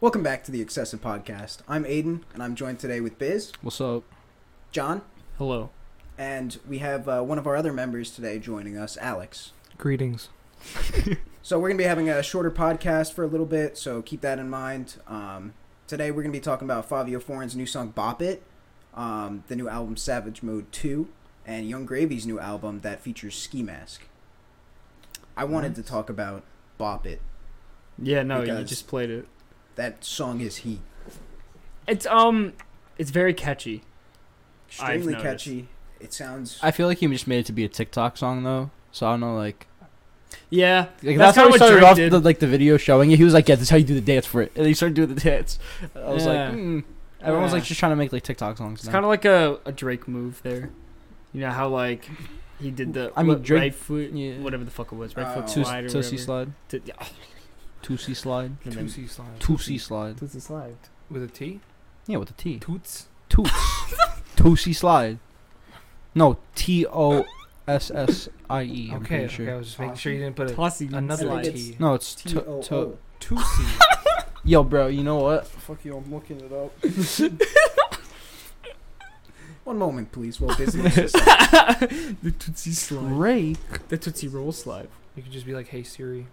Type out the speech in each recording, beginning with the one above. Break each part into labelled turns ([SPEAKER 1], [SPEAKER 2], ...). [SPEAKER 1] Welcome back to the Excessive Podcast. I'm Aiden, and I'm joined today with Biz,
[SPEAKER 2] What's up?
[SPEAKER 1] John,
[SPEAKER 2] Hello.
[SPEAKER 1] and we have uh, one of our other members today joining us, Alex.
[SPEAKER 2] Greetings.
[SPEAKER 1] So we're gonna be having a shorter podcast for a little bit, so keep that in mind. Um, today we're gonna be talking about Fabio Foreign's new song "Bop It," um, the new album "Savage Mode 2," and Young Gravy's new album that features Ski Mask. I wanted to talk about "Bop It."
[SPEAKER 3] Yeah, no, you
[SPEAKER 1] Because-
[SPEAKER 3] just played it.
[SPEAKER 1] That song is heat,
[SPEAKER 3] It's um, it's very catchy. I've
[SPEAKER 1] extremely
[SPEAKER 3] noticed.
[SPEAKER 1] catchy. It sounds
[SPEAKER 2] I feel like he just made it to be a TikTok song though. So I don't know, like,
[SPEAKER 3] Yeah,
[SPEAKER 2] like
[SPEAKER 3] That's
[SPEAKER 2] that's, how
[SPEAKER 3] kinda
[SPEAKER 2] we
[SPEAKER 3] what
[SPEAKER 2] started
[SPEAKER 3] Drake
[SPEAKER 2] off
[SPEAKER 3] did.
[SPEAKER 2] the, like the video showing it. He was like, "Yeah, this is how you do the dance for it," and he started doing the dance. I was
[SPEAKER 3] Yeah.
[SPEAKER 2] like, mm. everyone's
[SPEAKER 3] Yeah.
[SPEAKER 2] like just trying to make like TikTok songs.
[SPEAKER 3] it's
[SPEAKER 2] now.
[SPEAKER 3] kind of like a, a Drake move there. You know how like he did the
[SPEAKER 2] I mean,
[SPEAKER 3] li-
[SPEAKER 2] Drake-
[SPEAKER 3] right foot,
[SPEAKER 2] yeah.
[SPEAKER 3] whatever the fuck it was, right
[SPEAKER 1] Oh.
[SPEAKER 3] foot
[SPEAKER 2] Two-
[SPEAKER 3] slide or
[SPEAKER 2] two C
[SPEAKER 3] whatever.
[SPEAKER 2] slide,
[SPEAKER 3] To- yeah,
[SPEAKER 2] two C slide,
[SPEAKER 3] and then-
[SPEAKER 4] Tootsie slide.
[SPEAKER 2] two C slide.
[SPEAKER 4] Tootsie slide. With a T?
[SPEAKER 2] Yeah, with a T.
[SPEAKER 4] Toots?
[SPEAKER 2] Two C slide. No, T O S S I E. I'm
[SPEAKER 4] Okay,
[SPEAKER 2] pretty
[SPEAKER 4] okay. I
[SPEAKER 2] sure.
[SPEAKER 4] was just making sure you didn't put a
[SPEAKER 3] Tossy
[SPEAKER 4] another
[SPEAKER 1] I
[SPEAKER 3] slide.
[SPEAKER 1] think
[SPEAKER 4] T.
[SPEAKER 2] No, it's
[SPEAKER 1] T
[SPEAKER 2] to,
[SPEAKER 1] O
[SPEAKER 2] to,
[SPEAKER 1] O.
[SPEAKER 4] Tootsie.
[SPEAKER 2] Yo, bro, you know what?
[SPEAKER 4] Fuck you, I'm looking it up.
[SPEAKER 1] One moment, please, while Biz looks this up.
[SPEAKER 3] the Tootsie slide.
[SPEAKER 2] Ray.
[SPEAKER 3] The Tootsie roll slide.
[SPEAKER 4] You could just be like, hey Siri.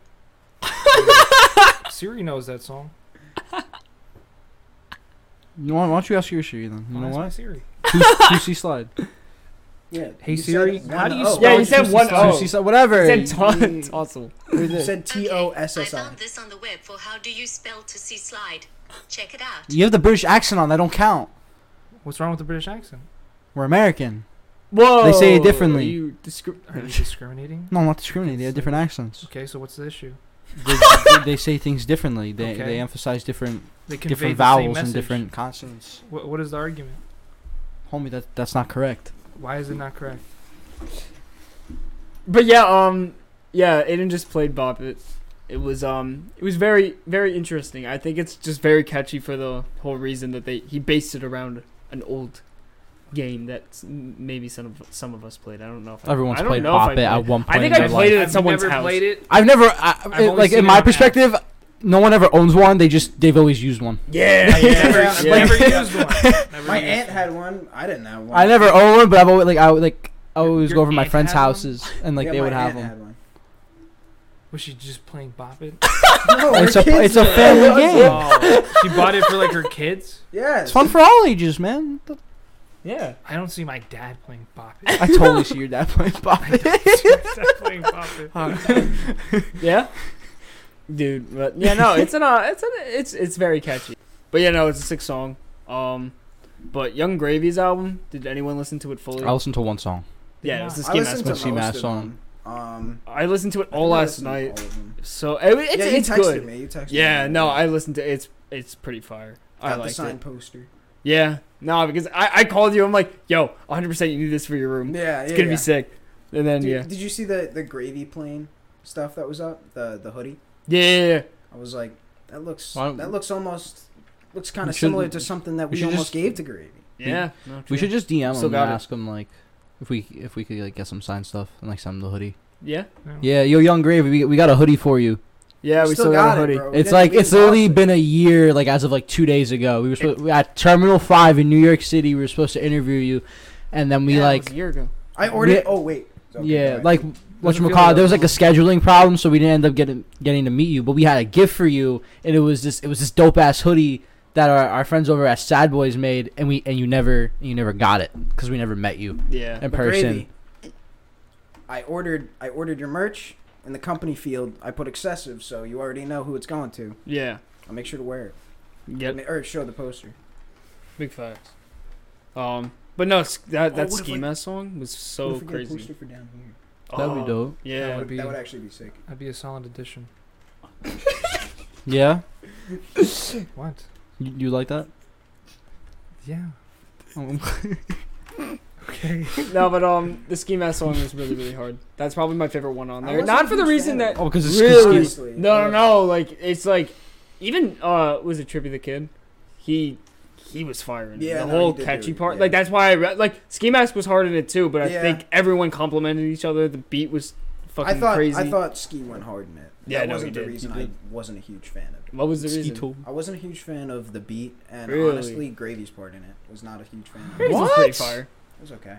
[SPEAKER 4] Siri knows that song.
[SPEAKER 2] You want, why don't you ask your Siri then? You
[SPEAKER 4] Why
[SPEAKER 2] know
[SPEAKER 4] is my
[SPEAKER 2] what?
[SPEAKER 4] Siri.
[SPEAKER 2] Two, two C slide.
[SPEAKER 1] Yeah.
[SPEAKER 4] Hey
[SPEAKER 1] you said
[SPEAKER 4] Siri,
[SPEAKER 1] one
[SPEAKER 4] how do you
[SPEAKER 1] O.
[SPEAKER 4] spell
[SPEAKER 3] Yeah, you said
[SPEAKER 4] Tootsie
[SPEAKER 3] one
[SPEAKER 4] slide?
[SPEAKER 3] O.
[SPEAKER 2] Two C slide. Whatever.
[SPEAKER 3] It said
[SPEAKER 1] Mm.
[SPEAKER 3] to- tossle.
[SPEAKER 2] What is
[SPEAKER 1] You
[SPEAKER 2] it?
[SPEAKER 1] said T O S S
[SPEAKER 5] I
[SPEAKER 1] I.
[SPEAKER 5] found this on the web for how do you spell to see slide. Check it out.
[SPEAKER 2] You have the British accent on. That don't count.
[SPEAKER 4] What's wrong with the British accent?
[SPEAKER 2] We're American.
[SPEAKER 3] Whoa!
[SPEAKER 2] They say it differently.
[SPEAKER 3] are You descri-
[SPEAKER 4] Are you discriminating?
[SPEAKER 2] No, I'm not discriminating. They have different accents.
[SPEAKER 4] Okay, so what's the issue?
[SPEAKER 2] They, they, they say things differently. They
[SPEAKER 4] Okay.
[SPEAKER 2] they emphasize different
[SPEAKER 4] They convey
[SPEAKER 2] different
[SPEAKER 4] the same
[SPEAKER 2] vowels and
[SPEAKER 4] message.
[SPEAKER 2] different consonants.
[SPEAKER 4] What, what is the argument?
[SPEAKER 2] Homie, that that's not correct.
[SPEAKER 4] Why is it not correct?
[SPEAKER 3] But yeah, um, yeah, Aiden just played Bop It. It was um, it was very very interesting. I think it's just very catchy for the whole reason that they he based it around an old game that s- maybe some of some of us played. I don't know if I,
[SPEAKER 2] Everyone's
[SPEAKER 3] I don't
[SPEAKER 2] played
[SPEAKER 3] know if I
[SPEAKER 2] Bop It at one
[SPEAKER 3] I
[SPEAKER 2] point.
[SPEAKER 3] think
[SPEAKER 2] in
[SPEAKER 3] I
[SPEAKER 2] their
[SPEAKER 3] played
[SPEAKER 2] life.
[SPEAKER 3] it at someone's
[SPEAKER 4] never
[SPEAKER 3] house.
[SPEAKER 4] played it.
[SPEAKER 2] I've never, I,
[SPEAKER 4] only
[SPEAKER 2] it- like
[SPEAKER 4] seen
[SPEAKER 2] in
[SPEAKER 4] it
[SPEAKER 2] my
[SPEAKER 4] on
[SPEAKER 2] perspective, no one ever owns one. They just they've always used one.
[SPEAKER 3] Yeah,
[SPEAKER 4] I've never, I've
[SPEAKER 3] yeah.
[SPEAKER 4] never used one. Never
[SPEAKER 1] My
[SPEAKER 4] used
[SPEAKER 1] aunt
[SPEAKER 4] one.
[SPEAKER 1] had one. I didn't have one.
[SPEAKER 2] I never own one, but I've always like I would, like I
[SPEAKER 4] Your-
[SPEAKER 2] always
[SPEAKER 4] your
[SPEAKER 2] go over to my
[SPEAKER 4] aunt
[SPEAKER 2] friends'
[SPEAKER 4] had one?
[SPEAKER 2] houses and like
[SPEAKER 1] Yeah,
[SPEAKER 2] they
[SPEAKER 1] my
[SPEAKER 2] would have
[SPEAKER 1] aunt
[SPEAKER 2] them.
[SPEAKER 1] had one.
[SPEAKER 4] Was she just playing Bop It?
[SPEAKER 1] No,
[SPEAKER 2] It's
[SPEAKER 1] her
[SPEAKER 2] a
[SPEAKER 1] kids
[SPEAKER 2] it's a
[SPEAKER 1] did.
[SPEAKER 2] family game.
[SPEAKER 4] Oh, she bought it for like her kids.
[SPEAKER 1] Yes.
[SPEAKER 2] It's fun for all ages, man.
[SPEAKER 3] yeah.
[SPEAKER 4] I don't see my dad playing Bop It.
[SPEAKER 2] I totally see your dad playing Bop It.
[SPEAKER 4] dad playing Bop It.
[SPEAKER 3] yeah, dude. But yeah, no, it's an uh, it's an it's it's very catchy. But yeah, no, it's a sick song. Um, but Young Gravy's album. Did anyone listen to it fully?
[SPEAKER 2] I listened to one song.
[SPEAKER 3] yeah, it was this
[SPEAKER 1] I
[SPEAKER 3] game
[SPEAKER 1] listened
[SPEAKER 3] aspect.
[SPEAKER 1] to
[SPEAKER 2] Mask. Sea
[SPEAKER 1] most
[SPEAKER 2] Mask
[SPEAKER 1] of
[SPEAKER 2] song.
[SPEAKER 1] them. Um,
[SPEAKER 3] I listened to it
[SPEAKER 1] I
[SPEAKER 3] all
[SPEAKER 1] think I
[SPEAKER 3] last
[SPEAKER 1] listened to
[SPEAKER 3] night.
[SPEAKER 1] all of them.
[SPEAKER 3] So it, it's
[SPEAKER 1] yeah, you
[SPEAKER 3] it's
[SPEAKER 1] texted
[SPEAKER 3] good.
[SPEAKER 1] me. You texted
[SPEAKER 3] Yeah,
[SPEAKER 1] me.
[SPEAKER 3] no, I listened to it's it's pretty fire. I
[SPEAKER 1] got the
[SPEAKER 3] like
[SPEAKER 1] signed
[SPEAKER 3] it.
[SPEAKER 1] poster.
[SPEAKER 3] Yeah, no, because I, I called you. I'm like, yo, 100 percent you need this for your room.
[SPEAKER 1] Yeah, yeah.
[SPEAKER 3] It's gonna
[SPEAKER 1] yeah.
[SPEAKER 3] be sick. And then
[SPEAKER 1] Dude,
[SPEAKER 3] yeah.
[SPEAKER 1] Did you see the the gravy plane stuff that was up? The the hoodie.
[SPEAKER 3] yeah, yeah, yeah,
[SPEAKER 1] I was like, that looks
[SPEAKER 2] Why don't-
[SPEAKER 1] that looks almost looks kind
[SPEAKER 2] We
[SPEAKER 1] of
[SPEAKER 2] should-
[SPEAKER 1] similar to something that
[SPEAKER 2] we
[SPEAKER 1] we,
[SPEAKER 2] should
[SPEAKER 1] almost
[SPEAKER 2] just-
[SPEAKER 1] gave to gravy.
[SPEAKER 3] yeah. yeah. No,
[SPEAKER 2] We
[SPEAKER 3] true.
[SPEAKER 2] should just DM
[SPEAKER 3] Still
[SPEAKER 2] him
[SPEAKER 3] got
[SPEAKER 2] and
[SPEAKER 3] it.
[SPEAKER 2] ask him like if we if we could like get some signed stuff and like send him the hoodie.
[SPEAKER 3] Yeah,
[SPEAKER 2] Yeah, yo, young gravy, we, we got a hoodie for you.
[SPEAKER 3] yeah. We, still, got, a hoodie.
[SPEAKER 1] it, bro. We
[SPEAKER 2] it's
[SPEAKER 1] didn't-
[SPEAKER 2] like
[SPEAKER 1] we
[SPEAKER 2] it's
[SPEAKER 1] didn't
[SPEAKER 2] literally
[SPEAKER 1] lost it.
[SPEAKER 2] been a year, like as of like two days ago. We were supposed, at Terminal Five in New York City. We were supposed to interview you, and then we
[SPEAKER 3] Yeah, it was
[SPEAKER 2] like
[SPEAKER 3] a year ago.
[SPEAKER 1] I ordered.
[SPEAKER 2] we-
[SPEAKER 1] oh wait. Okay, go
[SPEAKER 2] yeah,
[SPEAKER 1] ahead.
[SPEAKER 2] like what
[SPEAKER 4] feel
[SPEAKER 2] you
[SPEAKER 4] like
[SPEAKER 2] There was
[SPEAKER 4] a-
[SPEAKER 2] like a scheduling problem, so we didn't end up getting getting to meet you. But we had a gift for you, and it was this it was this dope ass hoodie that our, our friends over at Sad Boys made, and we and you never you never got it because we never met you
[SPEAKER 3] Yeah.
[SPEAKER 2] in
[SPEAKER 1] But
[SPEAKER 2] person.
[SPEAKER 1] Gravy, I ordered I ordered your merch in the company field. I put excessive, so you already know who it's going to.
[SPEAKER 3] yeah.
[SPEAKER 1] I'll make sure to wear it. I
[SPEAKER 3] Yep.
[SPEAKER 1] mean, or show the poster.
[SPEAKER 3] Big facts. Um, but no, s- that
[SPEAKER 1] Oh,
[SPEAKER 3] that
[SPEAKER 1] what if
[SPEAKER 3] Ski
[SPEAKER 1] I-
[SPEAKER 3] Mask song was
[SPEAKER 1] What
[SPEAKER 3] so
[SPEAKER 1] if we get a
[SPEAKER 3] crazy.
[SPEAKER 1] poster for down here?
[SPEAKER 2] That'd
[SPEAKER 3] Oh,
[SPEAKER 2] be dope.
[SPEAKER 4] That
[SPEAKER 3] Yeah.
[SPEAKER 4] would be-
[SPEAKER 1] That would actually be sick.
[SPEAKER 4] That'd be a solid addition.
[SPEAKER 2] Yeah,
[SPEAKER 4] What?
[SPEAKER 2] you, you like that?
[SPEAKER 4] Yeah.
[SPEAKER 2] Um,
[SPEAKER 4] Okay.
[SPEAKER 3] no, but um, the Ski Mask song was really really hard. That's probably my favorite one on
[SPEAKER 1] I
[SPEAKER 3] there.
[SPEAKER 1] wasn't
[SPEAKER 3] Not for the
[SPEAKER 1] a huge
[SPEAKER 3] reason
[SPEAKER 1] fan.
[SPEAKER 3] that
[SPEAKER 2] oh, because it's
[SPEAKER 3] Really?
[SPEAKER 2] really?
[SPEAKER 1] Honestly,
[SPEAKER 3] No, no,
[SPEAKER 1] yeah.
[SPEAKER 3] no. Like it's like even uh was it Trippy the Kid? He he was firing.
[SPEAKER 1] Yeah,
[SPEAKER 3] the
[SPEAKER 1] no, he
[SPEAKER 3] whole
[SPEAKER 1] did
[SPEAKER 3] catchy
[SPEAKER 1] do it,
[SPEAKER 3] part.
[SPEAKER 1] yeah.
[SPEAKER 3] Like that's why I re- like Ski Mask was hard in it too, but I
[SPEAKER 1] Yeah.
[SPEAKER 3] think everyone complimented each other. The beat was fucking
[SPEAKER 1] I thought
[SPEAKER 3] crazy.
[SPEAKER 1] I thought Ski went hard in it.
[SPEAKER 3] Yeah,
[SPEAKER 1] that
[SPEAKER 3] no,
[SPEAKER 1] wasn't
[SPEAKER 3] he
[SPEAKER 1] the
[SPEAKER 3] did, he
[SPEAKER 1] reason I
[SPEAKER 3] did.
[SPEAKER 1] wasn't a huge fan of it.
[SPEAKER 3] what was the reason?
[SPEAKER 4] Skeetle.
[SPEAKER 1] I wasn't a huge fan of the beat, and
[SPEAKER 3] Really?
[SPEAKER 1] honestly, Gravy's part in it was not a huge fan. Of it.
[SPEAKER 3] Crazy
[SPEAKER 1] it
[SPEAKER 3] was pretty fire.
[SPEAKER 1] was okay.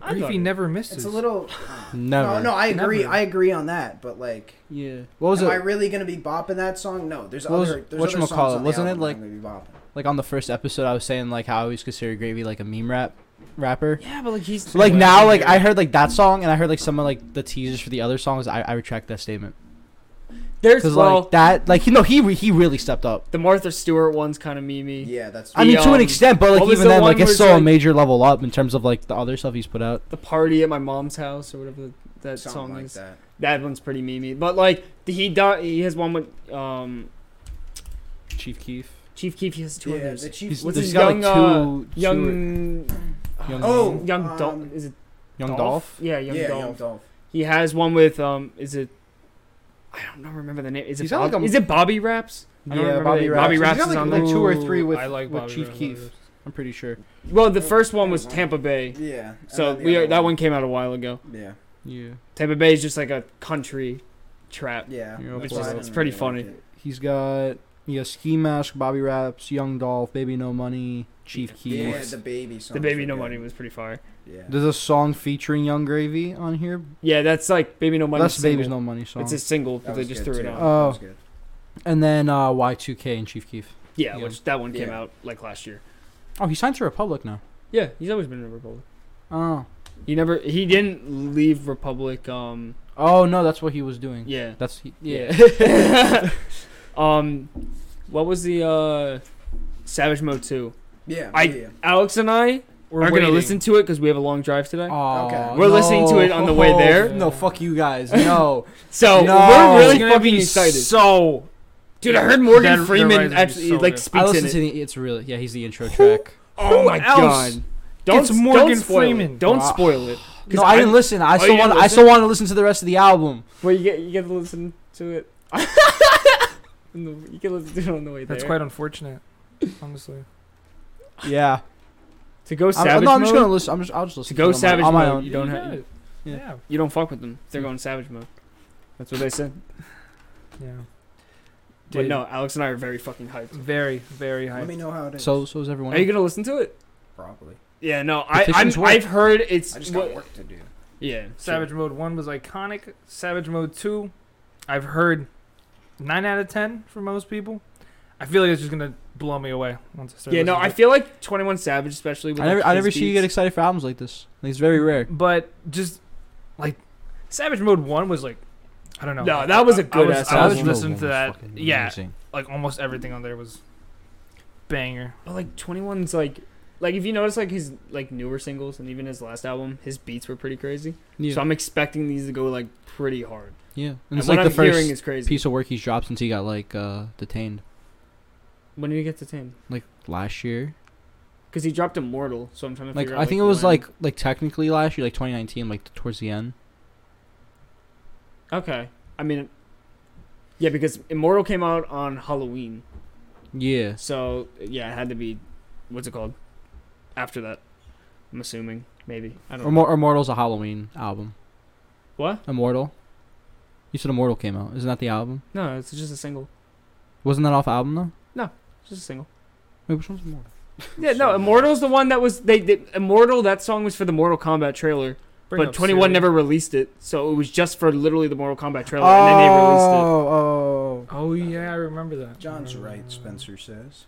[SPEAKER 3] I thought
[SPEAKER 4] Griffey
[SPEAKER 3] it-
[SPEAKER 4] never misses.
[SPEAKER 1] It's a little.
[SPEAKER 2] Never.
[SPEAKER 1] No, no, I agree.
[SPEAKER 4] Never.
[SPEAKER 1] I agree on that, but like.
[SPEAKER 2] Yeah. What was
[SPEAKER 1] Am
[SPEAKER 2] it?
[SPEAKER 1] I really gonna be bopping that song? No, there's
[SPEAKER 2] What was-
[SPEAKER 1] other there's other
[SPEAKER 2] whatchamacallit,
[SPEAKER 1] songs on the
[SPEAKER 2] wasn't it
[SPEAKER 1] album
[SPEAKER 2] like-
[SPEAKER 1] I'm gonna be bopping.
[SPEAKER 2] like on the first episode, I was saying like how I always consider Gravy like a meme rap rapper.
[SPEAKER 3] Yeah, but like he's
[SPEAKER 2] So like now, like I heard like that song, and I heard like some of like the teasers for the other songs. I, I retract that statement
[SPEAKER 3] there's
[SPEAKER 2] because
[SPEAKER 3] well
[SPEAKER 2] like that, like you know, he re- he really stepped up.
[SPEAKER 3] the Martha Stewart one's kind of memey.
[SPEAKER 1] Yeah, that's.
[SPEAKER 2] I
[SPEAKER 3] The,
[SPEAKER 2] mean, to
[SPEAKER 3] um,
[SPEAKER 2] an extent, but
[SPEAKER 3] what
[SPEAKER 2] like
[SPEAKER 3] was
[SPEAKER 2] even
[SPEAKER 3] the
[SPEAKER 2] then,
[SPEAKER 3] one
[SPEAKER 2] like it's
[SPEAKER 3] where it's,
[SPEAKER 2] still a
[SPEAKER 3] like-
[SPEAKER 2] major level up in terms of like the other stuff he's put out.
[SPEAKER 3] The party at my mom's house or whatever that, that
[SPEAKER 1] something
[SPEAKER 3] song
[SPEAKER 1] like
[SPEAKER 3] is.
[SPEAKER 1] that.
[SPEAKER 3] That one's pretty memey. But like the, he di- he has one with um
[SPEAKER 2] Chief Keef.
[SPEAKER 3] Chief Keef. He has two
[SPEAKER 1] Yeah,
[SPEAKER 3] others.
[SPEAKER 1] the Chief.
[SPEAKER 2] He's,
[SPEAKER 3] What's
[SPEAKER 2] he's
[SPEAKER 3] his
[SPEAKER 2] got like
[SPEAKER 3] young, uh,
[SPEAKER 2] two, two
[SPEAKER 3] young,
[SPEAKER 2] young
[SPEAKER 1] Oh,
[SPEAKER 3] young
[SPEAKER 1] um,
[SPEAKER 3] Dolph. Is it
[SPEAKER 2] young
[SPEAKER 3] Dolph?
[SPEAKER 2] Dolph.
[SPEAKER 3] Yeah, young
[SPEAKER 1] yeah,
[SPEAKER 3] Dolph.
[SPEAKER 1] Young Dolph.
[SPEAKER 3] He has one with um. Is it? I don't know. Remember the name? Is it?
[SPEAKER 4] He's got
[SPEAKER 3] Bob-
[SPEAKER 4] like a-
[SPEAKER 3] is it Bobby Raps? I don't
[SPEAKER 2] Yeah,
[SPEAKER 3] remember
[SPEAKER 2] Bobby
[SPEAKER 3] the-
[SPEAKER 2] Raps.
[SPEAKER 3] Bobby
[SPEAKER 2] He's
[SPEAKER 3] Raps
[SPEAKER 2] got
[SPEAKER 3] is
[SPEAKER 2] like-
[SPEAKER 3] on
[SPEAKER 2] like
[SPEAKER 3] there.
[SPEAKER 2] two or three
[SPEAKER 4] Ooh,
[SPEAKER 2] with-
[SPEAKER 4] I like
[SPEAKER 2] with
[SPEAKER 4] Bobby
[SPEAKER 2] Chief
[SPEAKER 4] Raps.
[SPEAKER 2] Keef. I'm pretty sure.
[SPEAKER 3] Well, the first one was Tampa Bay.
[SPEAKER 1] Yeah. and
[SPEAKER 3] So
[SPEAKER 1] then the
[SPEAKER 3] we are,
[SPEAKER 1] other
[SPEAKER 3] that one came out a while ago.
[SPEAKER 1] Yeah.
[SPEAKER 2] Yeah.
[SPEAKER 3] Tampa Bay is just like a country trap.
[SPEAKER 1] Yeah.
[SPEAKER 2] You know,
[SPEAKER 1] that's
[SPEAKER 2] it's
[SPEAKER 1] why
[SPEAKER 2] just-
[SPEAKER 1] I
[SPEAKER 3] it's
[SPEAKER 1] didn't
[SPEAKER 3] pretty
[SPEAKER 1] like
[SPEAKER 3] funny.
[SPEAKER 1] it.
[SPEAKER 2] He's got yeah, Ski Mask, Bobby Raps, Young Dolph, Baby No Money, Chief Keef.
[SPEAKER 1] Yeah, the baby.
[SPEAKER 3] The Baby No Money was pretty fire.
[SPEAKER 1] Yeah.
[SPEAKER 2] There's a song featuring Young Gravy on here.
[SPEAKER 3] Yeah, that's like Baby No Money.
[SPEAKER 2] That's Baby's
[SPEAKER 3] single.
[SPEAKER 2] No Money song.
[SPEAKER 3] It's a single, but
[SPEAKER 1] That
[SPEAKER 3] they
[SPEAKER 1] was
[SPEAKER 3] just
[SPEAKER 1] good,
[SPEAKER 3] threw it
[SPEAKER 1] too.
[SPEAKER 3] on.
[SPEAKER 2] Uh,
[SPEAKER 1] That was good.
[SPEAKER 2] and then uh, Y2K and Chief Keef.
[SPEAKER 3] yeah,
[SPEAKER 2] yeah.
[SPEAKER 3] which that one came
[SPEAKER 1] Yeah.
[SPEAKER 3] out like last year.
[SPEAKER 2] Oh, he signed to Republic now.
[SPEAKER 3] Yeah, he's always been in Republic.
[SPEAKER 2] Oh.
[SPEAKER 3] He never. He didn't leave Republic. Um.
[SPEAKER 2] Oh no, that's what he was doing.
[SPEAKER 3] Yeah.
[SPEAKER 2] That's he,
[SPEAKER 3] Yeah. um, what was the uh, Savage Mode two?
[SPEAKER 1] Yeah.
[SPEAKER 3] I-
[SPEAKER 1] yeah.
[SPEAKER 3] Alex and I
[SPEAKER 4] We're
[SPEAKER 3] are
[SPEAKER 4] waiting.
[SPEAKER 3] gonna listen to it because we have a long drive today.
[SPEAKER 2] Oh,
[SPEAKER 1] Okay.
[SPEAKER 3] We're listening to it on the way there.
[SPEAKER 2] No, fuck you guys. No.
[SPEAKER 3] so
[SPEAKER 2] No.
[SPEAKER 3] we're
[SPEAKER 2] It's
[SPEAKER 3] really
[SPEAKER 4] gonna
[SPEAKER 3] fucking
[SPEAKER 4] be
[SPEAKER 3] excited.
[SPEAKER 4] So
[SPEAKER 3] Dude, I heard Morgan
[SPEAKER 4] That- that
[SPEAKER 3] Freeman
[SPEAKER 4] writing's
[SPEAKER 3] actually
[SPEAKER 4] so
[SPEAKER 3] like
[SPEAKER 4] good.
[SPEAKER 2] I
[SPEAKER 3] speaks in
[SPEAKER 2] listened
[SPEAKER 3] it.
[SPEAKER 2] to the. It's really yeah. He's the intro track.
[SPEAKER 3] oh
[SPEAKER 4] Who
[SPEAKER 3] my
[SPEAKER 4] else
[SPEAKER 3] god! Don't
[SPEAKER 4] gets Morgan
[SPEAKER 3] don't spoil
[SPEAKER 4] Freeman?
[SPEAKER 3] It. Don't
[SPEAKER 2] Wow.
[SPEAKER 3] spoil it. 'Cause
[SPEAKER 2] No, I didn't listen. I
[SPEAKER 3] Oh,
[SPEAKER 2] still
[SPEAKER 3] you didn't
[SPEAKER 2] want. I
[SPEAKER 3] listen?
[SPEAKER 2] still want to listen to the rest of the album.
[SPEAKER 3] Well, you get you get to listen to it. On the- you can listen to it on the way
[SPEAKER 4] that's
[SPEAKER 3] there.
[SPEAKER 4] quite unfortunate. Honestly,
[SPEAKER 2] Yeah.
[SPEAKER 3] to go
[SPEAKER 2] I'm,
[SPEAKER 3] savage
[SPEAKER 2] no, I'm just
[SPEAKER 3] mode,
[SPEAKER 2] gonna listen. I'm just. I'll just listen
[SPEAKER 3] To go
[SPEAKER 2] it on my-
[SPEAKER 3] savage
[SPEAKER 2] on my
[SPEAKER 3] mode,
[SPEAKER 2] own.
[SPEAKER 3] you don't
[SPEAKER 4] Yeah,
[SPEAKER 3] have.
[SPEAKER 2] Yeah.
[SPEAKER 4] Yeah,
[SPEAKER 3] You don't fuck with them. They're going savage mode. Hmm. That's what they said.
[SPEAKER 4] yeah.
[SPEAKER 3] But
[SPEAKER 4] Dude.
[SPEAKER 3] no, Alex and I are very fucking hyped.
[SPEAKER 4] Very, very high.
[SPEAKER 1] Let me know how it is.
[SPEAKER 2] So so is everyone.
[SPEAKER 3] Are you gonna listen to it?
[SPEAKER 1] probably.
[SPEAKER 3] Yeah, no, I I'm,
[SPEAKER 2] Petitions work.
[SPEAKER 3] I've heard it's
[SPEAKER 1] I just got
[SPEAKER 3] what-
[SPEAKER 1] work to do.
[SPEAKER 3] yeah
[SPEAKER 4] Savage Mode One was iconic. Savage Mode Two, I've heard nine out of ten from most people. I feel like it's just gonna blow me away once I start.
[SPEAKER 3] Yeah, no, I
[SPEAKER 4] listening to
[SPEAKER 3] feel like Twenty One Savage, especially with
[SPEAKER 2] I never.
[SPEAKER 3] like,
[SPEAKER 2] I
[SPEAKER 3] his
[SPEAKER 2] never see you get
[SPEAKER 3] beats.
[SPEAKER 2] excited for albums like this. Like, it's very rare.
[SPEAKER 4] it. But just like Savage Mode One was like, I don't know.
[SPEAKER 3] No, that was a
[SPEAKER 4] I-
[SPEAKER 3] good
[SPEAKER 4] I was,
[SPEAKER 3] ass
[SPEAKER 4] I was
[SPEAKER 3] album.
[SPEAKER 4] listening to that. Yeah, like almost everything on there was banger.
[SPEAKER 3] But like Twenty One's like like if you notice like his like newer singles and even his last album, his beats were pretty crazy.
[SPEAKER 2] Yeah.
[SPEAKER 3] So I'm expecting these to go like pretty hard.
[SPEAKER 2] yeah. And,
[SPEAKER 3] And
[SPEAKER 2] it's
[SPEAKER 3] what
[SPEAKER 2] like the
[SPEAKER 3] I'm
[SPEAKER 2] first
[SPEAKER 3] hearing is crazy.
[SPEAKER 2] piece of work he's dropped since he got like uh detained
[SPEAKER 3] When did he get detained?
[SPEAKER 2] like last year.
[SPEAKER 3] Because he dropped Immortal, so I'm trying to
[SPEAKER 2] Like
[SPEAKER 3] figure out.
[SPEAKER 2] I think it was
[SPEAKER 3] when.
[SPEAKER 2] like like technically last year, like 2019, like towards the end.
[SPEAKER 3] okay. I mean, yeah, because Immortal came out on Halloween.
[SPEAKER 2] Yeah.
[SPEAKER 3] So yeah, it had to be what's it called? After that, I'm assuming maybe I don't know.
[SPEAKER 2] Immor- Immortal's a Halloween album.
[SPEAKER 3] What?
[SPEAKER 2] Immortal. You said Immortal came out. Isn't that the album?
[SPEAKER 3] No, it's just a single.
[SPEAKER 2] Wasn't that off album though?
[SPEAKER 3] It's Just a single.
[SPEAKER 2] Wait, which one's Immortal?
[SPEAKER 3] Yeah, no, Immortal's the one that was they, they Immortal. That song was for the Mortal Kombat trailer,
[SPEAKER 4] Bring
[SPEAKER 3] but
[SPEAKER 4] up
[SPEAKER 3] 21
[SPEAKER 4] Siri.
[SPEAKER 3] never released it, so it was just for literally the Mortal Kombat
[SPEAKER 1] uh,
[SPEAKER 3] trailer, and then they released
[SPEAKER 2] oh,
[SPEAKER 4] Oh yeah, I remember that. Uh,
[SPEAKER 1] John's right. Spencer says.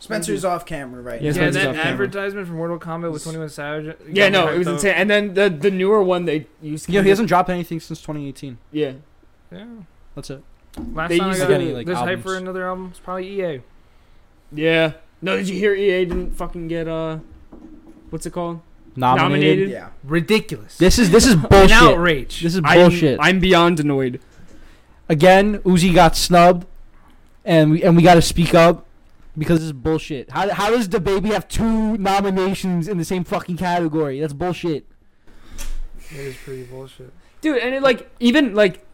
[SPEAKER 1] Spencer's off camera right
[SPEAKER 3] Yeah,
[SPEAKER 1] now.
[SPEAKER 4] Yeah,
[SPEAKER 3] Spencer's off
[SPEAKER 4] that
[SPEAKER 3] camera.
[SPEAKER 4] advertisement for Mortal Kombat with 21 Savage.
[SPEAKER 3] it. Yeah, no,
[SPEAKER 4] got me
[SPEAKER 3] it was
[SPEAKER 4] hyped up.
[SPEAKER 3] insane. And then the the newer one they used.
[SPEAKER 2] Yeah, he hasn't dropped anything since 2018.
[SPEAKER 3] Yeah,
[SPEAKER 4] Yeah.
[SPEAKER 2] That's it.
[SPEAKER 4] Last
[SPEAKER 3] They
[SPEAKER 4] time I
[SPEAKER 3] used
[SPEAKER 4] got
[SPEAKER 3] to
[SPEAKER 2] get, like,
[SPEAKER 4] this hype
[SPEAKER 2] albums.
[SPEAKER 4] for another album It's probably E EA.
[SPEAKER 3] yeah. No, did you hear EA didn't fucking get uh, what's it called?
[SPEAKER 2] Nominated.
[SPEAKER 3] Nominated.
[SPEAKER 1] Yeah.
[SPEAKER 4] Ridiculous.
[SPEAKER 2] This is this is
[SPEAKER 4] An
[SPEAKER 2] bullshit.
[SPEAKER 4] outrage.
[SPEAKER 2] This is
[SPEAKER 3] I'm-
[SPEAKER 2] bullshit.
[SPEAKER 3] I'm beyond annoyed.
[SPEAKER 2] Again, Uzi got snubbed, and we and we got to speak up because this is bullshit. How, how does the baby have two nominations in the same fucking category? That's bullshit.
[SPEAKER 4] it is pretty bullshit.
[SPEAKER 3] dude and it, like even like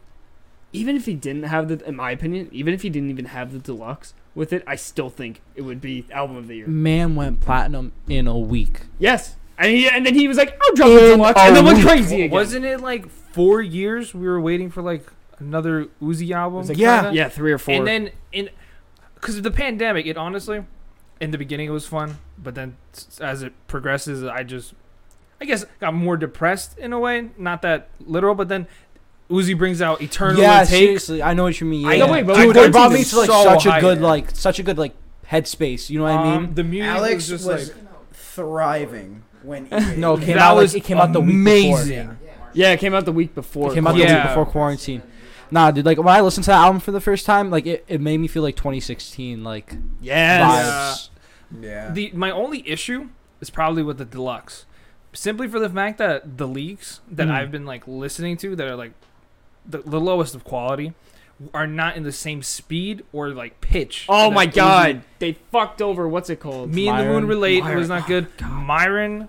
[SPEAKER 3] even if he didn't have the in my opinion even if he didn't even have the deluxe
[SPEAKER 2] Mm.
[SPEAKER 3] with it i still think it would be album of the year
[SPEAKER 2] Man went platinum in a week.
[SPEAKER 3] yes And, he, and then he was like, I'll drop it to watch. And then went crazy again.
[SPEAKER 4] Wasn't it like four years we were waiting for like another Uzi album?
[SPEAKER 1] was like, Yeah.
[SPEAKER 4] kinda?
[SPEAKER 3] yeah, three or four.
[SPEAKER 4] And then in because of the pandemic, it honestly, in the beginning it was fun, but then s- as it progresses, I just, I guess, got more depressed in a way. Not that literal, but then Uzi brings out Eternal
[SPEAKER 2] yeah,
[SPEAKER 4] and Take.
[SPEAKER 2] seriously, I know what you mean. Yeah.
[SPEAKER 4] I know, wait, but
[SPEAKER 2] Dude,
[SPEAKER 4] I
[SPEAKER 2] it brought
[SPEAKER 4] got
[SPEAKER 2] me
[SPEAKER 4] into
[SPEAKER 2] to like
[SPEAKER 4] so
[SPEAKER 2] such a
[SPEAKER 4] high.
[SPEAKER 2] good like such a good like headspace. You know what I
[SPEAKER 4] Um,
[SPEAKER 2] mean?
[SPEAKER 4] the music
[SPEAKER 1] Alex
[SPEAKER 4] was
[SPEAKER 1] was,
[SPEAKER 4] just like
[SPEAKER 1] thriving when EA.
[SPEAKER 2] No, it came
[SPEAKER 4] that
[SPEAKER 2] out
[SPEAKER 4] was
[SPEAKER 2] like, it came out the week before.
[SPEAKER 4] amazing.
[SPEAKER 3] yeah, it came out the week before.
[SPEAKER 2] It came out the
[SPEAKER 4] Yeah.
[SPEAKER 2] week before quarantine. Nah, dude, like when I listened to that album for the first time, like it, it made me feel like 2016 like
[SPEAKER 4] Yes.
[SPEAKER 2] vibes.
[SPEAKER 1] Yeah.
[SPEAKER 4] The my only issue is probably with the deluxe, simply for the fact that the leaks that
[SPEAKER 2] Hmm.
[SPEAKER 3] Mhm.
[SPEAKER 4] I've been like listening to that are like the, the lowest of quality are not in the same speed or like pitch.
[SPEAKER 3] Oh
[SPEAKER 4] that
[SPEAKER 3] my
[SPEAKER 4] Uzi-
[SPEAKER 3] god, they fucked over. What's it called?
[SPEAKER 4] Me and the
[SPEAKER 2] Myron.
[SPEAKER 4] Moon relate
[SPEAKER 3] Myron.
[SPEAKER 4] was not good. Myron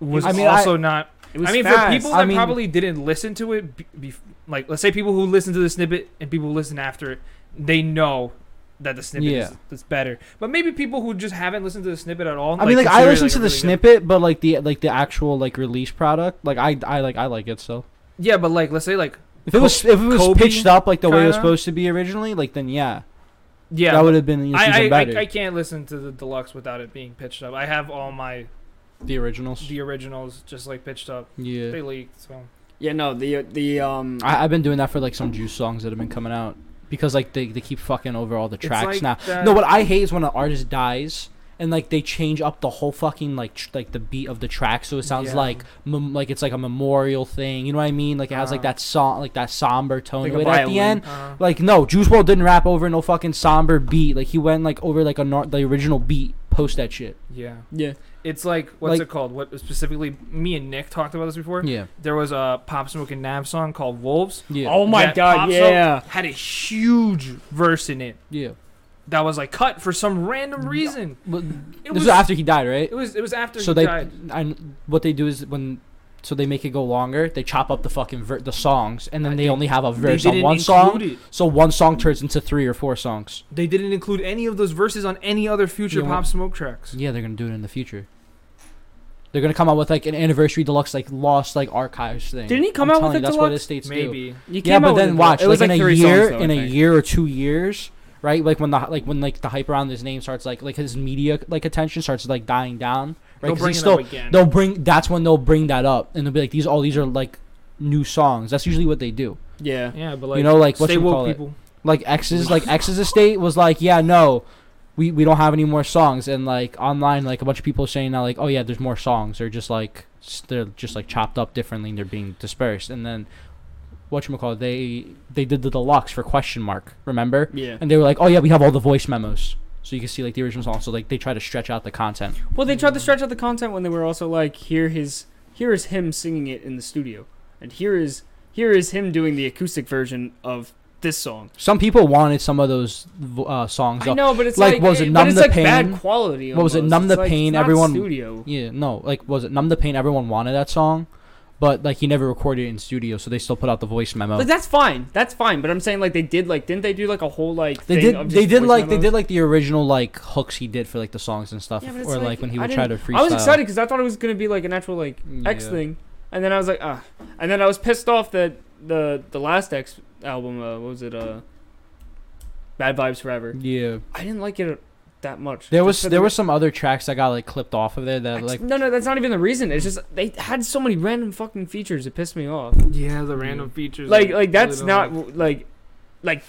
[SPEAKER 4] was
[SPEAKER 2] I mean,
[SPEAKER 4] also not.
[SPEAKER 3] It was
[SPEAKER 4] I mean,
[SPEAKER 3] fast.
[SPEAKER 4] for people that
[SPEAKER 2] I mean-
[SPEAKER 4] probably didn't listen to it, be, be, like let's say people who listen to the snippet and people who listen after it, they know that the snippet
[SPEAKER 2] Yeah.
[SPEAKER 4] is, is better. But maybe people who just haven't listened to the snippet at all.
[SPEAKER 2] I mean, like, I
[SPEAKER 4] consider it,
[SPEAKER 2] listened
[SPEAKER 4] a
[SPEAKER 2] to the
[SPEAKER 4] really good-
[SPEAKER 2] snippet, but like the like the actual like release product, like I I like I like it still.
[SPEAKER 4] Yeah, but like let's say like
[SPEAKER 2] If it was if it was
[SPEAKER 4] Kobe,
[SPEAKER 2] pitched up like the way it was
[SPEAKER 4] kinda?
[SPEAKER 2] supposed to be originally, like then yeah,
[SPEAKER 4] yeah,
[SPEAKER 2] that would have been even
[SPEAKER 4] I, I,
[SPEAKER 2] better.
[SPEAKER 4] I I can't listen to the deluxe without it being pitched up. I have all my
[SPEAKER 2] the originals.
[SPEAKER 4] the originals just like pitched up.
[SPEAKER 2] yeah,
[SPEAKER 4] They leaked so.
[SPEAKER 3] yeah, no, the the um.
[SPEAKER 2] I, I've been doing that for like some Juice songs that have been coming out because like they, they keep fucking over all the
[SPEAKER 4] It's
[SPEAKER 2] tracks
[SPEAKER 4] like
[SPEAKER 2] now.
[SPEAKER 4] that-
[SPEAKER 2] No, what I hate is when an artist dies and like they change up the whole fucking like tr- like the beat of the track, so it sounds
[SPEAKER 4] Yeah.
[SPEAKER 2] like mem- like it's like a memorial thing. You know what I mean? Like it has like
[SPEAKER 4] Uh-huh.
[SPEAKER 2] that song like that somber tone
[SPEAKER 3] Like
[SPEAKER 2] to
[SPEAKER 3] a
[SPEAKER 2] it at the
[SPEAKER 3] violin.
[SPEAKER 2] end.
[SPEAKER 4] Uh,
[SPEAKER 2] Like no, Juice World didn't rap over no fucking somber beat. Like he went like over like a nor- the original beat post that shit.
[SPEAKER 4] yeah,
[SPEAKER 3] yeah,
[SPEAKER 4] it's like what's
[SPEAKER 2] Like-
[SPEAKER 4] it called? What specifically? Me and Nick talked about this before.
[SPEAKER 2] Yeah,
[SPEAKER 4] There was a Pop Smoke and Nav song called Wolves.
[SPEAKER 2] yeah,
[SPEAKER 3] Oh my
[SPEAKER 4] That
[SPEAKER 3] god,
[SPEAKER 4] Pop Smoke
[SPEAKER 3] yeah.
[SPEAKER 4] had a huge verse in it
[SPEAKER 2] yeah.
[SPEAKER 4] that was like cut for some random reason.
[SPEAKER 2] Well,
[SPEAKER 4] It
[SPEAKER 2] this
[SPEAKER 4] was
[SPEAKER 2] was after he died, right?
[SPEAKER 4] It was it was after
[SPEAKER 2] so
[SPEAKER 4] he
[SPEAKER 2] they
[SPEAKER 4] died.
[SPEAKER 2] I, what they do is when so they make it go longer they chop up the fucking ver- the songs and then
[SPEAKER 4] I
[SPEAKER 2] they
[SPEAKER 4] think
[SPEAKER 2] only have a verse
[SPEAKER 4] they
[SPEAKER 2] on
[SPEAKER 4] didn't
[SPEAKER 2] one
[SPEAKER 4] include
[SPEAKER 2] song
[SPEAKER 4] it.
[SPEAKER 2] so one song turns into three or four songs
[SPEAKER 4] They didn't include any of those verses on any other future
[SPEAKER 2] Yeah,
[SPEAKER 4] Pop
[SPEAKER 2] well-
[SPEAKER 4] Smoke tracks.
[SPEAKER 2] yeah they're gonna do it in the future they're gonna come out with like an anniversary deluxe like lost like archives thing
[SPEAKER 3] Didn't he come
[SPEAKER 2] I'm
[SPEAKER 3] out with
[SPEAKER 2] telling
[SPEAKER 3] a
[SPEAKER 2] you, that's what
[SPEAKER 3] deluxe?
[SPEAKER 2] estates do.
[SPEAKER 4] Maybe.
[SPEAKER 3] You
[SPEAKER 2] yeah
[SPEAKER 3] came
[SPEAKER 2] but
[SPEAKER 3] out with
[SPEAKER 2] then
[SPEAKER 3] a-
[SPEAKER 2] watch
[SPEAKER 3] It was
[SPEAKER 2] like, in
[SPEAKER 3] like
[SPEAKER 2] a
[SPEAKER 3] three
[SPEAKER 2] year
[SPEAKER 3] songs, though, I
[SPEAKER 2] in a
[SPEAKER 3] think.
[SPEAKER 2] year or two years right like when the like when like the hype around his name starts like like his media like attention starts like dying down right
[SPEAKER 4] They'll
[SPEAKER 2] 'Cause
[SPEAKER 4] bring
[SPEAKER 2] he's
[SPEAKER 4] it
[SPEAKER 2] still
[SPEAKER 4] up again.
[SPEAKER 2] they'll bring that's when they'll bring that up and they'll be like these all these are like new songs that's usually what they do
[SPEAKER 3] Yeah,
[SPEAKER 4] Yeah, but like
[SPEAKER 2] you know like what
[SPEAKER 4] stay
[SPEAKER 2] you
[SPEAKER 4] woke
[SPEAKER 2] call it
[SPEAKER 4] people.
[SPEAKER 2] like x's like x's estate was like yeah no we, we don't have any more songs and like online like a bunch of people are saying now like oh yeah there's more songs they're just like s- they're just like chopped up differently and they're being dispersed and then what you call they they did the deluxe for question mark remember
[SPEAKER 3] yeah.
[SPEAKER 2] and they were like oh yeah we have all the voice memos so you can see like the original song so like they try to stretch out the content
[SPEAKER 3] Well, they tried to stretch out the content when they were also like, here his here is him singing it in the studio, and here is here is him doing the acoustic version of this song.
[SPEAKER 2] some people wanted some of those vo- uh, songs
[SPEAKER 3] I
[SPEAKER 2] up
[SPEAKER 3] know, but it's
[SPEAKER 2] Like,
[SPEAKER 3] like,
[SPEAKER 2] what was it,
[SPEAKER 3] but
[SPEAKER 2] Numb
[SPEAKER 3] it's
[SPEAKER 2] the
[SPEAKER 3] like
[SPEAKER 2] Pain?
[SPEAKER 3] bad quality.
[SPEAKER 2] What was it,
[SPEAKER 3] almost.
[SPEAKER 2] Numb the
[SPEAKER 3] It's like-
[SPEAKER 2] Pain?
[SPEAKER 3] it's not
[SPEAKER 2] Everyone-
[SPEAKER 3] studio.
[SPEAKER 2] Yeah, no, like was it Numb the Pain? Everyone wanted that song, but like he never recorded it in studio, so they still put out the voice memo.
[SPEAKER 3] Like that's fine, that's fine. But I'm saying like they did like didn't they do like a whole like
[SPEAKER 2] they
[SPEAKER 3] thing
[SPEAKER 2] did.
[SPEAKER 3] Of
[SPEAKER 2] They
[SPEAKER 3] just
[SPEAKER 2] did
[SPEAKER 3] voice
[SPEAKER 2] like they
[SPEAKER 3] memos?
[SPEAKER 2] did like the original like hooks he did for like the songs and stuff,
[SPEAKER 3] Yeah, but it's
[SPEAKER 2] or like,
[SPEAKER 3] like,
[SPEAKER 2] when he
[SPEAKER 3] I
[SPEAKER 2] would try to
[SPEAKER 3] didn't-
[SPEAKER 2] freestyle.
[SPEAKER 3] I was excited because I thought it was gonna be like an actual like X
[SPEAKER 2] Yeah.
[SPEAKER 3] thing, and then I was like ah, and then I was pissed off that the the last X album uh, what was it uh, Bad Vibes Forever.
[SPEAKER 2] Yeah,
[SPEAKER 3] I didn't like it that much.
[SPEAKER 2] there
[SPEAKER 3] Just
[SPEAKER 2] was
[SPEAKER 3] for the-
[SPEAKER 2] there were some other tracks that got like clipped off of there that
[SPEAKER 3] That's-
[SPEAKER 2] like
[SPEAKER 3] no no that's not even the reason. It's just they had so many random fucking features. It pissed me off.
[SPEAKER 4] Yeah, the random features.
[SPEAKER 3] Like like that's not like like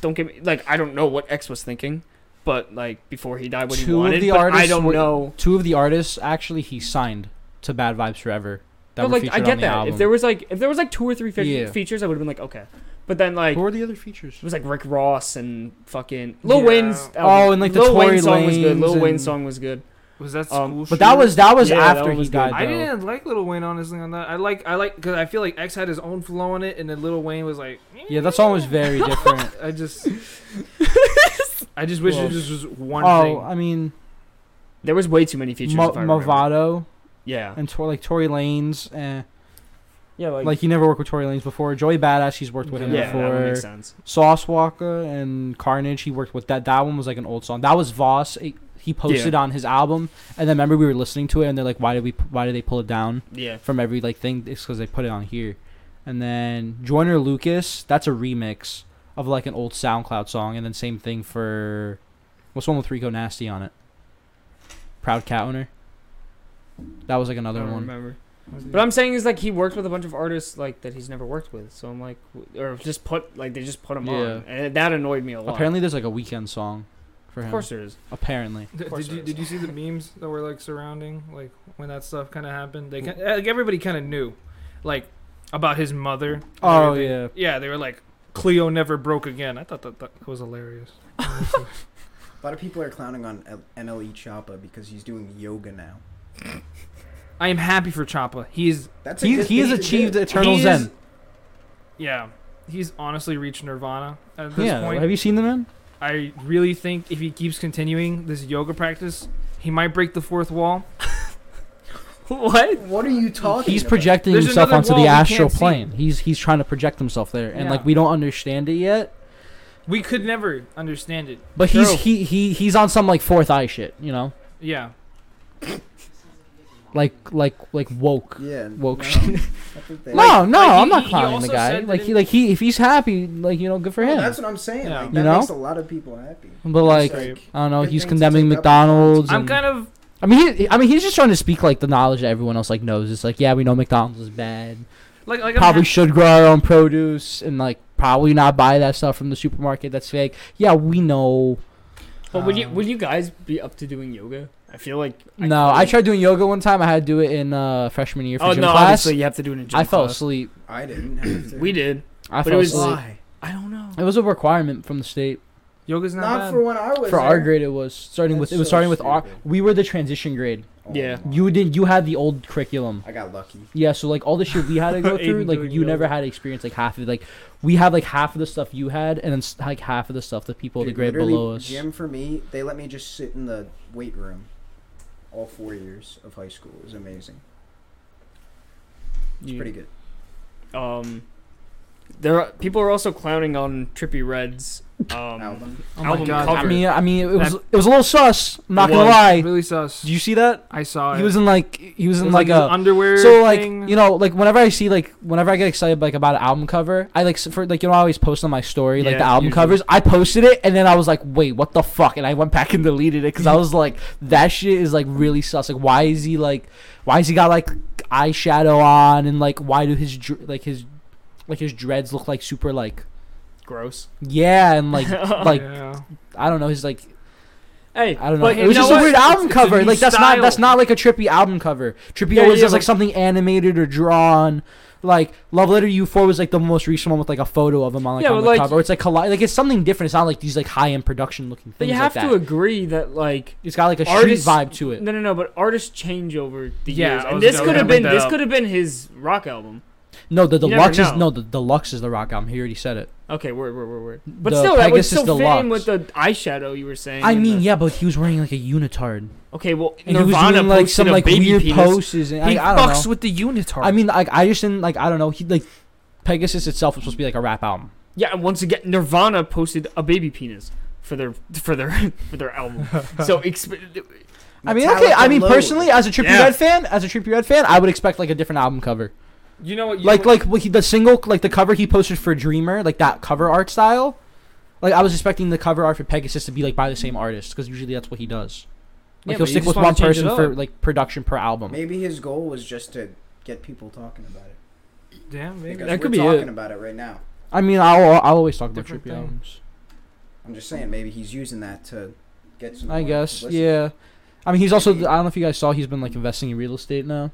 [SPEAKER 3] don't get me like I don't know what X was thinking, but like before he died, what he
[SPEAKER 2] Two of
[SPEAKER 3] wanted.
[SPEAKER 2] the
[SPEAKER 3] but I
[SPEAKER 2] artists
[SPEAKER 3] don't
[SPEAKER 2] were-
[SPEAKER 3] know.
[SPEAKER 2] two of the artists actually he signed to Bad Vibes Forever. That
[SPEAKER 3] but
[SPEAKER 2] were
[SPEAKER 3] like
[SPEAKER 2] featured
[SPEAKER 3] I
[SPEAKER 2] on
[SPEAKER 3] get
[SPEAKER 2] the
[SPEAKER 3] that.
[SPEAKER 2] Album.
[SPEAKER 3] If there was like if there was like two or three fe-
[SPEAKER 2] Yeah.
[SPEAKER 3] features, I would have been like okay. But then like
[SPEAKER 2] who
[SPEAKER 3] it
[SPEAKER 2] were the other features?
[SPEAKER 3] was like Rick Ross and fucking Lil
[SPEAKER 4] Yeah.
[SPEAKER 3] Wayne's.
[SPEAKER 2] Oh,
[SPEAKER 3] album-
[SPEAKER 2] and, like, the
[SPEAKER 3] Lil Wayne
[SPEAKER 2] Tory
[SPEAKER 3] song was good.
[SPEAKER 2] Lanez
[SPEAKER 3] Lil Wayne's
[SPEAKER 2] and-
[SPEAKER 3] song was good.
[SPEAKER 4] Was that school?
[SPEAKER 3] Um,
[SPEAKER 2] But that was that was
[SPEAKER 3] Yeah, that
[SPEAKER 2] after
[SPEAKER 3] one was
[SPEAKER 2] he
[SPEAKER 3] good.
[SPEAKER 2] died.
[SPEAKER 4] I
[SPEAKER 2] though.
[SPEAKER 4] didn't like Little Wayne honestly on that. I like I like because I feel like X had his own flow in it, and then Little Wayne was like,
[SPEAKER 2] Yeah, that song was very different.
[SPEAKER 4] I just, I just wish
[SPEAKER 2] Well,
[SPEAKER 4] it was just one
[SPEAKER 2] oh,
[SPEAKER 4] thing.
[SPEAKER 2] I mean,
[SPEAKER 3] There was way too many features.
[SPEAKER 2] Mo-
[SPEAKER 3] if I remember.
[SPEAKER 2] Movado
[SPEAKER 3] Yeah.
[SPEAKER 2] and Tor- like Tory Lanez. Eh.
[SPEAKER 3] Yeah.
[SPEAKER 2] Like, he never worked with Tory Lanez before. Joey Badass, he's worked with him
[SPEAKER 3] yeah, that would make
[SPEAKER 2] before.
[SPEAKER 3] sense.
[SPEAKER 2] Sauce Walker and Carnage, he worked with that. That one was like an old song. That was Voss. He, he posted on his album, and then remember we were listening to it, and they're like, "Why did we? Why did they pull it down
[SPEAKER 3] Yeah.
[SPEAKER 2] from every like thing? It's because they put it on here." And then Joyner Lucas, that's a remix of like an old SoundCloud song, and then same thing for what's one with Rico Nasty on it? Proud Cat Owner. That was like
[SPEAKER 3] I
[SPEAKER 2] another
[SPEAKER 3] don't
[SPEAKER 2] one.
[SPEAKER 3] remember. But I'm saying is like he worked with a bunch of artists like that he's never worked with. So I'm like, w- or just put like they just put him
[SPEAKER 2] Yeah.
[SPEAKER 3] on, and that annoyed me a lot.
[SPEAKER 2] Apparently, there's like a weekend song for him.
[SPEAKER 3] of course there is.
[SPEAKER 2] Apparently.
[SPEAKER 4] Th-
[SPEAKER 3] course
[SPEAKER 4] Did you
[SPEAKER 3] there
[SPEAKER 4] did you see the memes that were like surrounding like when that stuff kind of happened? They kin- like everybody kind of knew, like about his mother. and
[SPEAKER 2] Oh
[SPEAKER 4] everything.
[SPEAKER 2] yeah.
[SPEAKER 4] yeah. They were like, "Cleo never broke again." I thought that that was hilarious.
[SPEAKER 1] A lot of people are clowning on L- MLE Choppa because he's doing yoga now.
[SPEAKER 4] I am happy for Choppa. He's
[SPEAKER 1] That's a
[SPEAKER 2] He,
[SPEAKER 1] good
[SPEAKER 2] he has
[SPEAKER 1] thing to
[SPEAKER 2] achieved
[SPEAKER 1] do.
[SPEAKER 2] eternal
[SPEAKER 4] He is-
[SPEAKER 2] zen.
[SPEAKER 4] yeah, he's honestly reached nirvana at this
[SPEAKER 2] Yeah.
[SPEAKER 4] point.
[SPEAKER 2] Have you seen the man?
[SPEAKER 4] I really think if he keeps continuing this yoga practice, he might break the fourth wall.
[SPEAKER 3] what?
[SPEAKER 1] What are you talking?
[SPEAKER 2] He's
[SPEAKER 1] about?
[SPEAKER 2] projecting
[SPEAKER 4] There's
[SPEAKER 2] himself
[SPEAKER 4] another
[SPEAKER 2] onto
[SPEAKER 4] wall
[SPEAKER 2] the
[SPEAKER 4] we can't
[SPEAKER 2] astral
[SPEAKER 4] see.
[SPEAKER 2] plane. He's he's trying to project himself there, and
[SPEAKER 4] Yeah.
[SPEAKER 2] like we don't understand it yet.
[SPEAKER 4] We could never understand it.
[SPEAKER 2] But
[SPEAKER 4] True.
[SPEAKER 2] he's he, he he's on some like fourth eye shit, you know,
[SPEAKER 4] Yeah,
[SPEAKER 2] like like like woke.
[SPEAKER 1] Yeah.
[SPEAKER 2] Woke
[SPEAKER 1] no,
[SPEAKER 2] shit.
[SPEAKER 1] I think they-
[SPEAKER 2] No, no,
[SPEAKER 4] like, he-
[SPEAKER 2] I'm
[SPEAKER 4] he-
[SPEAKER 2] not
[SPEAKER 4] he
[SPEAKER 2] clowning the
[SPEAKER 4] also
[SPEAKER 2] guy.
[SPEAKER 4] said that
[SPEAKER 2] Like
[SPEAKER 4] in-
[SPEAKER 2] he like he if he's happy, like you know, good for
[SPEAKER 1] Well,
[SPEAKER 2] him.
[SPEAKER 1] that's what I'm saying.
[SPEAKER 4] Yeah.
[SPEAKER 1] Like,
[SPEAKER 2] You
[SPEAKER 1] that
[SPEAKER 2] know?
[SPEAKER 1] makes a lot of people happy.
[SPEAKER 2] but
[SPEAKER 1] It's
[SPEAKER 2] like
[SPEAKER 4] like,
[SPEAKER 2] I don't know,
[SPEAKER 1] good
[SPEAKER 2] he's
[SPEAKER 1] thing to
[SPEAKER 2] condemning
[SPEAKER 1] take up on.
[SPEAKER 2] McDonald's.
[SPEAKER 4] I'm
[SPEAKER 2] and-
[SPEAKER 4] kind of
[SPEAKER 2] I mean, he, I mean, he's just trying to speak like the knowledge that everyone else like knows. It's like, yeah, we know McDonald's is bad.
[SPEAKER 4] like like I'm
[SPEAKER 2] Probably
[SPEAKER 4] happy-
[SPEAKER 2] should grow our own produce and like probably not buy that stuff from the supermarket. That's fake. Yeah, we know.
[SPEAKER 3] But would you
[SPEAKER 2] Um,
[SPEAKER 3] would you guys be up to doing yoga? I feel like
[SPEAKER 2] no, I
[SPEAKER 3] couldn't.
[SPEAKER 2] tried doing yoga one time. I had to do it in uh, freshman year for
[SPEAKER 3] Oh
[SPEAKER 2] gym
[SPEAKER 3] no,
[SPEAKER 2] class.
[SPEAKER 3] obviously you have to do it in gym
[SPEAKER 2] I fell
[SPEAKER 3] class.
[SPEAKER 2] asleep.
[SPEAKER 1] I didn't. Have to.
[SPEAKER 3] We did.
[SPEAKER 2] I
[SPEAKER 3] But it
[SPEAKER 2] fell
[SPEAKER 3] was-
[SPEAKER 2] asleep.
[SPEAKER 1] Why?
[SPEAKER 3] I don't know.
[SPEAKER 2] It was a requirement from the state.
[SPEAKER 4] yoga's not,
[SPEAKER 1] Not
[SPEAKER 4] bad.
[SPEAKER 1] for when I was
[SPEAKER 2] For
[SPEAKER 1] there.
[SPEAKER 2] our grade, it was starting with
[SPEAKER 1] That's
[SPEAKER 2] it was
[SPEAKER 1] so
[SPEAKER 2] starting with our.
[SPEAKER 1] stupid.
[SPEAKER 2] We were the transition grade.
[SPEAKER 1] Oh,
[SPEAKER 3] Yeah.
[SPEAKER 1] my.
[SPEAKER 2] You did. You had the old curriculum.
[SPEAKER 1] I got lucky.
[SPEAKER 2] Yeah, so like all the shit we had to go
[SPEAKER 4] Aiden
[SPEAKER 2] through, like
[SPEAKER 4] doing
[SPEAKER 2] you
[SPEAKER 4] yoga.
[SPEAKER 2] never had to experience like half of it. Like we had like half of the stuff you had, and then s- like half of the stuff the people the
[SPEAKER 1] Dude,
[SPEAKER 2] grade
[SPEAKER 1] literally,
[SPEAKER 2] below us.
[SPEAKER 1] Gym for me, they let me just sit in the weight room. All four years of high school It was amazing. It's
[SPEAKER 3] You-
[SPEAKER 1] pretty good.
[SPEAKER 3] Um, there are, people are also clowning on Trippy Red's um,
[SPEAKER 1] Album.
[SPEAKER 4] Oh
[SPEAKER 3] Album
[SPEAKER 4] my god,
[SPEAKER 2] I
[SPEAKER 3] cover.
[SPEAKER 2] mean, I mean, it was
[SPEAKER 4] That-
[SPEAKER 2] it was a little sus. I'm not
[SPEAKER 3] It
[SPEAKER 2] gonna
[SPEAKER 3] was.
[SPEAKER 2] lie.
[SPEAKER 4] really sus.
[SPEAKER 2] Did you see that?
[SPEAKER 4] I saw it.
[SPEAKER 2] He was in like he was
[SPEAKER 4] It
[SPEAKER 2] in
[SPEAKER 4] was
[SPEAKER 2] like,
[SPEAKER 4] his
[SPEAKER 2] a.
[SPEAKER 4] underwear.
[SPEAKER 2] So like
[SPEAKER 4] thing.
[SPEAKER 2] you know like whenever I see like whenever I get excited like about an album cover I like s- for like you know I always post on my story like
[SPEAKER 3] Yeah,
[SPEAKER 2] the album
[SPEAKER 3] usually.
[SPEAKER 2] covers I posted it and then I was like wait what the fuck and I went back and deleted it because I was like that shit is like really sus like why is he like why has he got like eyeshadow on and like why do his dr- like his like his dreads look like super like
[SPEAKER 3] gross.
[SPEAKER 2] yeah and like like
[SPEAKER 4] yeah.
[SPEAKER 2] I don't know he's like
[SPEAKER 3] Hey,
[SPEAKER 2] I don't know.
[SPEAKER 3] But
[SPEAKER 2] it was
[SPEAKER 3] you
[SPEAKER 2] just
[SPEAKER 3] know
[SPEAKER 2] a
[SPEAKER 3] what?
[SPEAKER 2] weird album
[SPEAKER 4] it's a
[SPEAKER 2] cover.
[SPEAKER 4] new
[SPEAKER 2] Like that's
[SPEAKER 4] style.
[SPEAKER 2] not that's not like a trippy album cover. Trippy
[SPEAKER 3] Yeah,
[SPEAKER 2] always
[SPEAKER 3] yeah,
[SPEAKER 2] does like
[SPEAKER 3] but-
[SPEAKER 2] something animated or drawn. Like Love Letter U Four was like the most recent one with like a photo of him on like
[SPEAKER 3] Yeah,
[SPEAKER 2] on
[SPEAKER 3] but,
[SPEAKER 2] the
[SPEAKER 3] like-
[SPEAKER 2] cover. Or it's like colli- like it's something different. It's not like these like high end production looking things.
[SPEAKER 3] But you
[SPEAKER 2] like
[SPEAKER 3] have
[SPEAKER 2] that.
[SPEAKER 3] to agree that like
[SPEAKER 2] It's got like a
[SPEAKER 3] artists-
[SPEAKER 2] street vibe to it.
[SPEAKER 3] no no no, but artists change over the
[SPEAKER 4] Yeah,
[SPEAKER 3] years,
[SPEAKER 4] I
[SPEAKER 3] and
[SPEAKER 4] was
[SPEAKER 3] this
[SPEAKER 4] gonna-
[SPEAKER 3] could
[SPEAKER 4] I
[SPEAKER 3] have
[SPEAKER 4] was
[SPEAKER 3] been
[SPEAKER 4] gonna
[SPEAKER 3] this
[SPEAKER 4] bring
[SPEAKER 3] could have been his rock album.
[SPEAKER 2] No, the
[SPEAKER 3] You never
[SPEAKER 2] deluxe is
[SPEAKER 3] know.
[SPEAKER 2] no the deluxe is the rock album. He already said it.
[SPEAKER 3] Okay, word word word word. But
[SPEAKER 2] The
[SPEAKER 3] still, that would
[SPEAKER 2] Pegasus
[SPEAKER 3] still fit in
[SPEAKER 2] Deluxe.
[SPEAKER 3] with the eyeshadow you were saying.
[SPEAKER 2] I
[SPEAKER 3] and
[SPEAKER 2] mean,
[SPEAKER 3] the-
[SPEAKER 2] yeah, but he was wearing like a unitard
[SPEAKER 3] Okay, well,
[SPEAKER 2] and he was
[SPEAKER 3] Nirvana
[SPEAKER 2] doing like
[SPEAKER 3] posted
[SPEAKER 2] some
[SPEAKER 3] a
[SPEAKER 2] like
[SPEAKER 3] baby
[SPEAKER 2] weird
[SPEAKER 3] penis.
[SPEAKER 2] poses. And
[SPEAKER 4] he
[SPEAKER 2] I, I don't
[SPEAKER 4] fucks
[SPEAKER 2] know.
[SPEAKER 4] with the unitard.
[SPEAKER 2] I mean, like I just didn't like I don't know. He like Pegasus itself was supposed to be like a rap album.
[SPEAKER 3] Yeah, and once again, Nirvana posted a baby penis for their for their for their album. so exp-
[SPEAKER 2] I mean,
[SPEAKER 1] Metallica
[SPEAKER 2] okay. I mean,
[SPEAKER 1] Load.
[SPEAKER 2] personally, as a Trippie
[SPEAKER 3] Yeah.
[SPEAKER 2] Red fan, as a Trippie Red fan, I would expect like a different album cover.
[SPEAKER 4] you know what? You
[SPEAKER 2] like,
[SPEAKER 4] know,
[SPEAKER 2] like what he, the single, like the cover he posted for Dreamer, like that cover art style. Like I was expecting the cover art for Pegasus to be like by the same artist because usually that's what he does. Like he'll
[SPEAKER 3] Yeah, but you
[SPEAKER 2] stick
[SPEAKER 3] just
[SPEAKER 2] with
[SPEAKER 3] wanna
[SPEAKER 2] one
[SPEAKER 3] change it
[SPEAKER 2] person for
[SPEAKER 3] up.
[SPEAKER 2] like production per album.
[SPEAKER 1] Maybe his goal was just to get people talking about it.
[SPEAKER 4] damn, maybe.
[SPEAKER 1] Because
[SPEAKER 3] That
[SPEAKER 1] we're
[SPEAKER 3] could be
[SPEAKER 1] talking
[SPEAKER 3] it.
[SPEAKER 1] about it right now.
[SPEAKER 2] I mean, I'll I'll always talk about
[SPEAKER 4] Different
[SPEAKER 2] Trippie
[SPEAKER 4] thing.
[SPEAKER 2] albums.
[SPEAKER 1] I'm just saying, maybe he's using that to get some.
[SPEAKER 2] I
[SPEAKER 1] more
[SPEAKER 2] guess,
[SPEAKER 1] publicity.
[SPEAKER 2] yeah. I mean, he's also. I
[SPEAKER 1] Maybe.
[SPEAKER 2] don't know if you guys saw. He's been like investing in real estate now.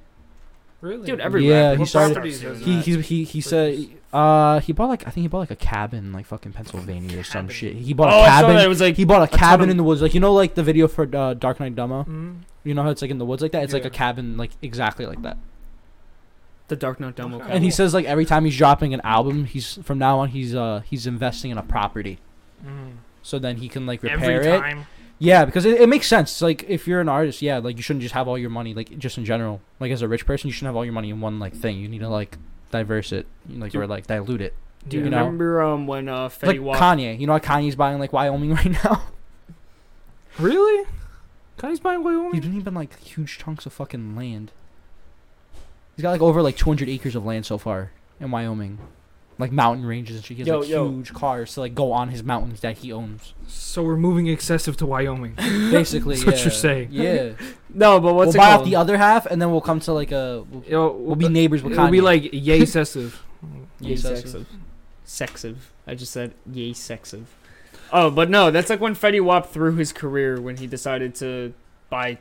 [SPEAKER 4] Really,
[SPEAKER 3] Dude, every
[SPEAKER 2] Yeah,
[SPEAKER 3] rapper
[SPEAKER 2] he
[SPEAKER 3] he
[SPEAKER 2] started-
[SPEAKER 3] started doing
[SPEAKER 4] he-
[SPEAKER 2] He
[SPEAKER 3] that.
[SPEAKER 2] he he, he said uh he bought like I think he bought like a cabin in, like fucking Pennsylvania or some
[SPEAKER 4] Cabin.
[SPEAKER 2] shit. He
[SPEAKER 3] Oh,
[SPEAKER 2] bought a
[SPEAKER 3] I saw
[SPEAKER 2] cabin.
[SPEAKER 3] that. It was like
[SPEAKER 2] he bought a
[SPEAKER 3] ton
[SPEAKER 2] cabin
[SPEAKER 3] of-
[SPEAKER 2] in the woods, like you know, like the video for uh, Dark Knight Dumbo.
[SPEAKER 4] Mhm.
[SPEAKER 2] You know how it's like in the woods like that. It's like
[SPEAKER 4] Yeah.
[SPEAKER 2] a cabin, like exactly like that.
[SPEAKER 3] the Dark Knight demo.
[SPEAKER 4] Okay.
[SPEAKER 2] And he
[SPEAKER 4] Cool.
[SPEAKER 2] says like every time he's dropping an album, he's from now on he's uh he's investing in a property,
[SPEAKER 4] Mhm.
[SPEAKER 2] so then he can like repair
[SPEAKER 4] Every
[SPEAKER 2] it.
[SPEAKER 4] time.
[SPEAKER 2] Yeah, because it, it makes sense. Like if you're an artist, yeah, like you shouldn't just have all your money like just in general. Like as a rich person, you shouldn't have all your money in one like thing. You need to like diverse it, like or like dilute it.
[SPEAKER 3] Do you
[SPEAKER 2] You know?
[SPEAKER 3] remember um, when uh,
[SPEAKER 2] It's like
[SPEAKER 3] Fetty Wap?
[SPEAKER 2] Kanye, you know how Kanye's buying like Wyoming right now.
[SPEAKER 4] Really? Cody's buying
[SPEAKER 2] He's
[SPEAKER 4] Wyoming.
[SPEAKER 2] been even like huge chunks of fucking land. He's got like over like 200 acres of land so far in Wyoming, like mountain ranges and shit. He has
[SPEAKER 3] Yo,
[SPEAKER 2] like
[SPEAKER 3] yo.
[SPEAKER 2] huge cars to like go on his mountains that he owns.
[SPEAKER 4] So we're moving excessive to Wyoming.
[SPEAKER 2] Basically,
[SPEAKER 4] That's what
[SPEAKER 2] yeah.
[SPEAKER 4] you're saying.
[SPEAKER 2] Yeah,
[SPEAKER 3] No, but what's
[SPEAKER 2] we'll
[SPEAKER 3] it
[SPEAKER 2] buy
[SPEAKER 3] called?
[SPEAKER 2] off the other half, and then we'll come to like a we'll,
[SPEAKER 4] It'll,
[SPEAKER 2] we'll be neighbors with
[SPEAKER 4] It'll be
[SPEAKER 2] Kanye.
[SPEAKER 4] like yay excessive.
[SPEAKER 3] Yay,
[SPEAKER 2] Yay-sessive.
[SPEAKER 3] sexive. Sexive. I just said yay sexive. Oh, but no, that's like when Fetty Wap threw his career when he decided to buy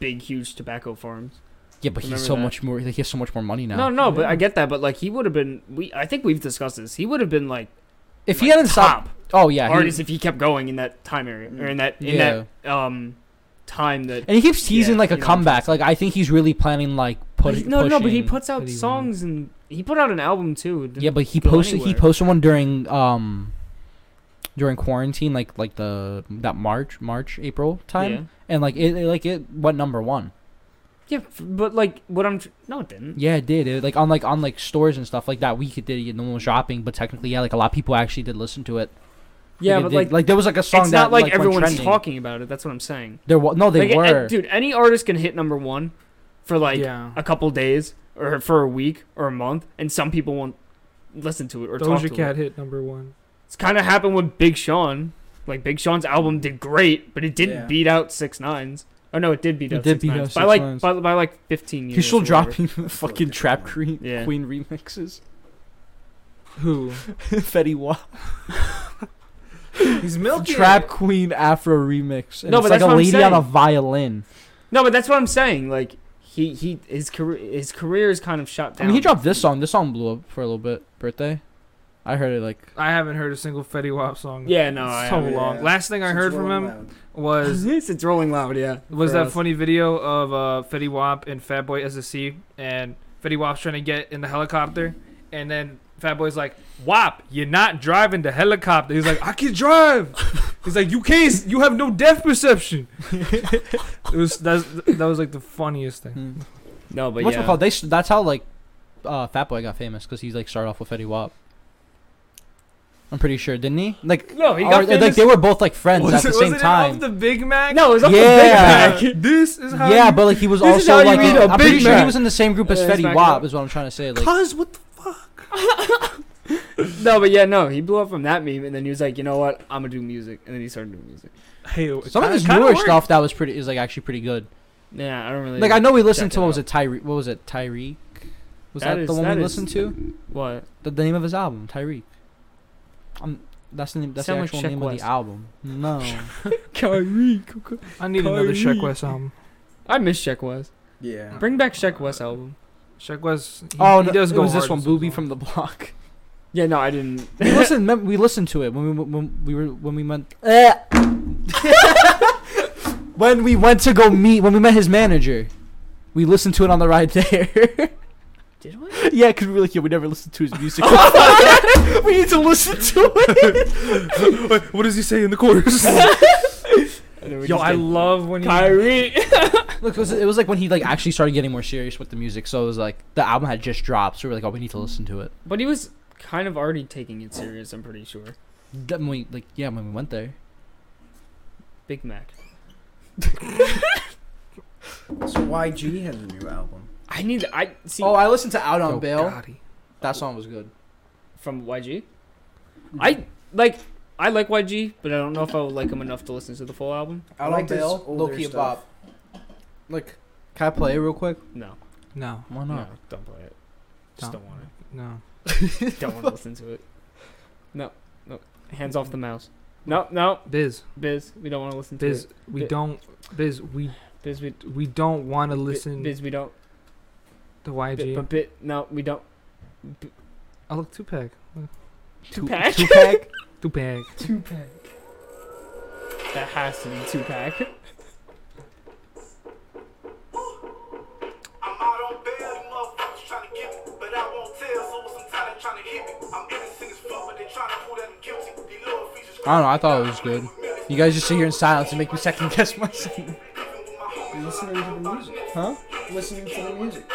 [SPEAKER 3] big, huge tobacco farms.
[SPEAKER 2] yeah, but he's
[SPEAKER 3] remember
[SPEAKER 2] so
[SPEAKER 3] that.
[SPEAKER 2] much more. Like, he has so much more money now.
[SPEAKER 3] No, no, but I get that. But like, he would have been. We, I think we've discussed this. He would have been like,
[SPEAKER 2] if he
[SPEAKER 3] like,
[SPEAKER 2] hadn't stopped,
[SPEAKER 3] top
[SPEAKER 2] oh yeah, he-
[SPEAKER 3] artist if he kept going in that time area or in that in
[SPEAKER 2] Yeah.
[SPEAKER 3] that um time that.
[SPEAKER 2] and he keeps teasing
[SPEAKER 3] Yeah,
[SPEAKER 2] like a
[SPEAKER 3] you know what I'm
[SPEAKER 2] comeback. Like I think he's really planning like put,
[SPEAKER 3] no, no, no, but he
[SPEAKER 2] pushing
[SPEAKER 3] puts out
[SPEAKER 2] that he
[SPEAKER 3] songs and he put out an album too.
[SPEAKER 2] Yeah, but he
[SPEAKER 3] go
[SPEAKER 2] posted he
[SPEAKER 3] anywhere.
[SPEAKER 2] posted one during um during quarantine, like like the that March March April time,
[SPEAKER 3] Yeah.
[SPEAKER 2] and like it, it- like it went number one.
[SPEAKER 3] Yeah, f- but like what I'm tr- no, it didn't.
[SPEAKER 2] Yeah, it did. It, like on like on like stores and stuff like that week it did. Yeah, no one was shopping, but technically, yeah, like a lot of people actually did listen to it.
[SPEAKER 3] Yeah,
[SPEAKER 2] it
[SPEAKER 3] but
[SPEAKER 2] did-
[SPEAKER 3] like
[SPEAKER 2] like there was like a song
[SPEAKER 3] it's
[SPEAKER 2] that
[SPEAKER 3] not like,
[SPEAKER 2] went
[SPEAKER 3] everyone's
[SPEAKER 2] trending.
[SPEAKER 3] talking about it. That's what I'm saying.
[SPEAKER 2] There was no, they
[SPEAKER 3] Like, a-
[SPEAKER 2] were.
[SPEAKER 3] dude, any artist can hit number one for like
[SPEAKER 4] yeah.
[SPEAKER 3] a couple days or for a week or a month, and some people won't listen to it or talk to
[SPEAKER 4] Doja
[SPEAKER 3] it.
[SPEAKER 4] Cat hit number one.
[SPEAKER 3] It's kind of happened with Big Sean. Like Big Sean's album did great, but it didn't
[SPEAKER 1] Yeah.
[SPEAKER 3] beat out Six Nines. Oh no, it did beat
[SPEAKER 2] It
[SPEAKER 3] out
[SPEAKER 2] did
[SPEAKER 3] Six
[SPEAKER 2] beat
[SPEAKER 3] Nines
[SPEAKER 2] out
[SPEAKER 3] by
[SPEAKER 2] Six
[SPEAKER 3] like
[SPEAKER 2] Nines.
[SPEAKER 3] by, by like fifteen years.
[SPEAKER 2] He's still
[SPEAKER 3] or whatever.
[SPEAKER 2] dropping fucking trap queen,
[SPEAKER 3] Yeah.
[SPEAKER 2] queen remixes.
[SPEAKER 4] Who?
[SPEAKER 2] Fetty Wap,
[SPEAKER 4] He's milking.
[SPEAKER 2] trap queen Afro remix. And
[SPEAKER 3] No,
[SPEAKER 2] it's like
[SPEAKER 3] but that's
[SPEAKER 2] a
[SPEAKER 3] what I'm
[SPEAKER 2] lady on a
[SPEAKER 3] saying.
[SPEAKER 2] violin.
[SPEAKER 3] No, but that's what I'm saying. Like he he his career his career is kind of shot
[SPEAKER 2] I
[SPEAKER 3] down.
[SPEAKER 2] mean, he dropped this song. This song blew up for a little bit. Birthday, I heard it like
[SPEAKER 4] I haven't heard a single Fetty Wap song.
[SPEAKER 3] Yeah, no,
[SPEAKER 4] in
[SPEAKER 3] I
[SPEAKER 4] so
[SPEAKER 3] haven't.
[SPEAKER 4] long.
[SPEAKER 1] Oh, Yeah.
[SPEAKER 4] Last thing I
[SPEAKER 1] Since
[SPEAKER 4] heard from
[SPEAKER 1] Rolling
[SPEAKER 4] him
[SPEAKER 1] Loud.
[SPEAKER 4] was
[SPEAKER 3] This it's rolling loud. Yeah,
[SPEAKER 4] was
[SPEAKER 3] for
[SPEAKER 4] that
[SPEAKER 3] us.
[SPEAKER 4] funny video of uh, Fetty Wap and Fatboy SSC, and Fetty Wap's trying to get in the helicopter, and then Fatboy's like, "Wap, you're not driving the helicopter." He's like, "I can drive." He's like, "You can't. s- You have no depth perception." it was that's, that was like the funniest thing.
[SPEAKER 3] No, but
[SPEAKER 2] what's
[SPEAKER 3] yeah.
[SPEAKER 2] it called? They s- that's how like uh, Fatboy got famous because he's like started off with Fetty Wap. I'm pretty sure, didn't he? Like
[SPEAKER 4] No, he
[SPEAKER 2] or-
[SPEAKER 4] got
[SPEAKER 2] like
[SPEAKER 4] famous.
[SPEAKER 2] they were both like friends
[SPEAKER 4] was
[SPEAKER 2] at the
[SPEAKER 4] it,
[SPEAKER 2] same
[SPEAKER 4] wasn't It
[SPEAKER 2] time.
[SPEAKER 4] off the Big Mac.
[SPEAKER 3] No, it was off
[SPEAKER 2] Yeah.
[SPEAKER 3] the Big Mac.
[SPEAKER 4] this is how.
[SPEAKER 2] yeah,
[SPEAKER 4] you-
[SPEAKER 2] but like he was
[SPEAKER 4] This is
[SPEAKER 2] also
[SPEAKER 4] how you
[SPEAKER 2] like
[SPEAKER 4] eat
[SPEAKER 2] i
[SPEAKER 4] a
[SPEAKER 2] I'm pretty
[SPEAKER 4] Big
[SPEAKER 2] sure he
[SPEAKER 4] Mac.
[SPEAKER 2] was in the same group as
[SPEAKER 3] Yeah, it's
[SPEAKER 2] Fetty
[SPEAKER 3] back
[SPEAKER 2] Wap
[SPEAKER 3] up.
[SPEAKER 2] is what I'm trying to say. Like
[SPEAKER 1] Cuz what the fuck?
[SPEAKER 3] No, but yeah, no. He blew up from that meme, and then he was like, you know what? I'm gonna do music, and then he started doing music.
[SPEAKER 4] hey, it
[SPEAKER 2] some of
[SPEAKER 4] kinda-
[SPEAKER 2] his
[SPEAKER 4] kinda
[SPEAKER 2] newer
[SPEAKER 4] worked.
[SPEAKER 2] stuff that was pretty is like actually pretty good.
[SPEAKER 3] Yeah, I don't really
[SPEAKER 2] Like I know we listened
[SPEAKER 3] check
[SPEAKER 2] to
[SPEAKER 3] it
[SPEAKER 2] what was
[SPEAKER 3] out.
[SPEAKER 2] it Tyreek? What was it Tyreek? Was
[SPEAKER 3] That
[SPEAKER 2] that,
[SPEAKER 3] is-
[SPEAKER 2] the one
[SPEAKER 3] that
[SPEAKER 2] we
[SPEAKER 3] is-
[SPEAKER 2] listened to?
[SPEAKER 3] what.
[SPEAKER 2] The, the name of his album Tyreek. Um, that's the name. That's
[SPEAKER 3] Sound
[SPEAKER 2] the
[SPEAKER 3] like
[SPEAKER 2] actual
[SPEAKER 3] Sheck
[SPEAKER 2] name of
[SPEAKER 3] West.
[SPEAKER 2] the album. No.
[SPEAKER 3] Kyrie.
[SPEAKER 4] I need another Sheck
[SPEAKER 3] Kyrie.
[SPEAKER 4] West album.
[SPEAKER 3] I miss Sheck West.
[SPEAKER 1] Yeah.
[SPEAKER 3] Bring back Sheck West album.
[SPEAKER 4] Sheck West. He,
[SPEAKER 2] oh,
[SPEAKER 4] he
[SPEAKER 2] no,
[SPEAKER 4] does
[SPEAKER 2] it
[SPEAKER 4] go
[SPEAKER 2] was this
[SPEAKER 4] hard
[SPEAKER 2] one,
[SPEAKER 4] on
[SPEAKER 2] Booby
[SPEAKER 4] songs.
[SPEAKER 2] from the Block.
[SPEAKER 3] Yeah, no, I didn't.
[SPEAKER 2] We listened. mem- We listened to it when we when we were when we went. Eh. when we went to go meet when we met his manager, we listened to it on the ride there.
[SPEAKER 3] Did we?
[SPEAKER 2] yeah, because we were like, yeah, we never listened to his music. before. we need to listen to it.
[SPEAKER 4] what does he say in the chorus? Yo, I love when he.
[SPEAKER 3] Kyrie.
[SPEAKER 2] Look, it was, it was like when he like actually started getting more serious with the music. So it was like the album had just dropped. So we were like, oh, we need to listen to it.
[SPEAKER 3] but he was kind of already taking it serious. I'm pretty sure.
[SPEAKER 2] Then we like yeah when we went there.
[SPEAKER 3] Big Mac.
[SPEAKER 1] So YG has a new album.
[SPEAKER 3] I need. I see
[SPEAKER 2] Oh, I listened to Out on
[SPEAKER 4] Yo,
[SPEAKER 2] Bail.
[SPEAKER 4] God, he-
[SPEAKER 2] That song was good.
[SPEAKER 3] from YG. I like. I like YG, but I don't know if I would like him enough to listen to the full album.
[SPEAKER 1] I liked his older
[SPEAKER 2] Loki and
[SPEAKER 1] stuff.
[SPEAKER 2] Bob. Like, can I play it real quick?
[SPEAKER 3] No,
[SPEAKER 4] No,
[SPEAKER 2] Why
[SPEAKER 3] no,
[SPEAKER 2] not?
[SPEAKER 3] don't play it. Just
[SPEAKER 4] Don't.
[SPEAKER 3] don't want it.
[SPEAKER 4] no.
[SPEAKER 3] Don't want to listen to it. No, no. Hands off the mouse. No, no.
[SPEAKER 4] Biz,
[SPEAKER 3] Biz, we don't want to listen to
[SPEAKER 4] Biz,
[SPEAKER 3] it.
[SPEAKER 4] we
[SPEAKER 3] Bi-
[SPEAKER 4] don't. Biz, we
[SPEAKER 3] Biz, we
[SPEAKER 4] we don't want to
[SPEAKER 3] Bi-
[SPEAKER 4] listen
[SPEAKER 3] Biz, we don't.
[SPEAKER 4] to
[SPEAKER 3] Bi-
[SPEAKER 4] YG.
[SPEAKER 3] but bit, no, we don't. B-
[SPEAKER 4] I Oh, look Tupac.
[SPEAKER 3] Tupac.
[SPEAKER 2] Tupac.
[SPEAKER 4] Tupac.
[SPEAKER 3] Tupac. That has to be Tupac.
[SPEAKER 6] I'm out on bail, you motherfuckers tryna get me, but I won't tell, so it's some time they tryna hit me. I'm innocent as fuck, but they tryna prove that I'm guilty. These little features
[SPEAKER 2] I don't know. I thought it was good. You guys just sit here in silence and make me second guess myself.
[SPEAKER 1] Listening to the music.
[SPEAKER 2] Huh?
[SPEAKER 1] Listening to the music.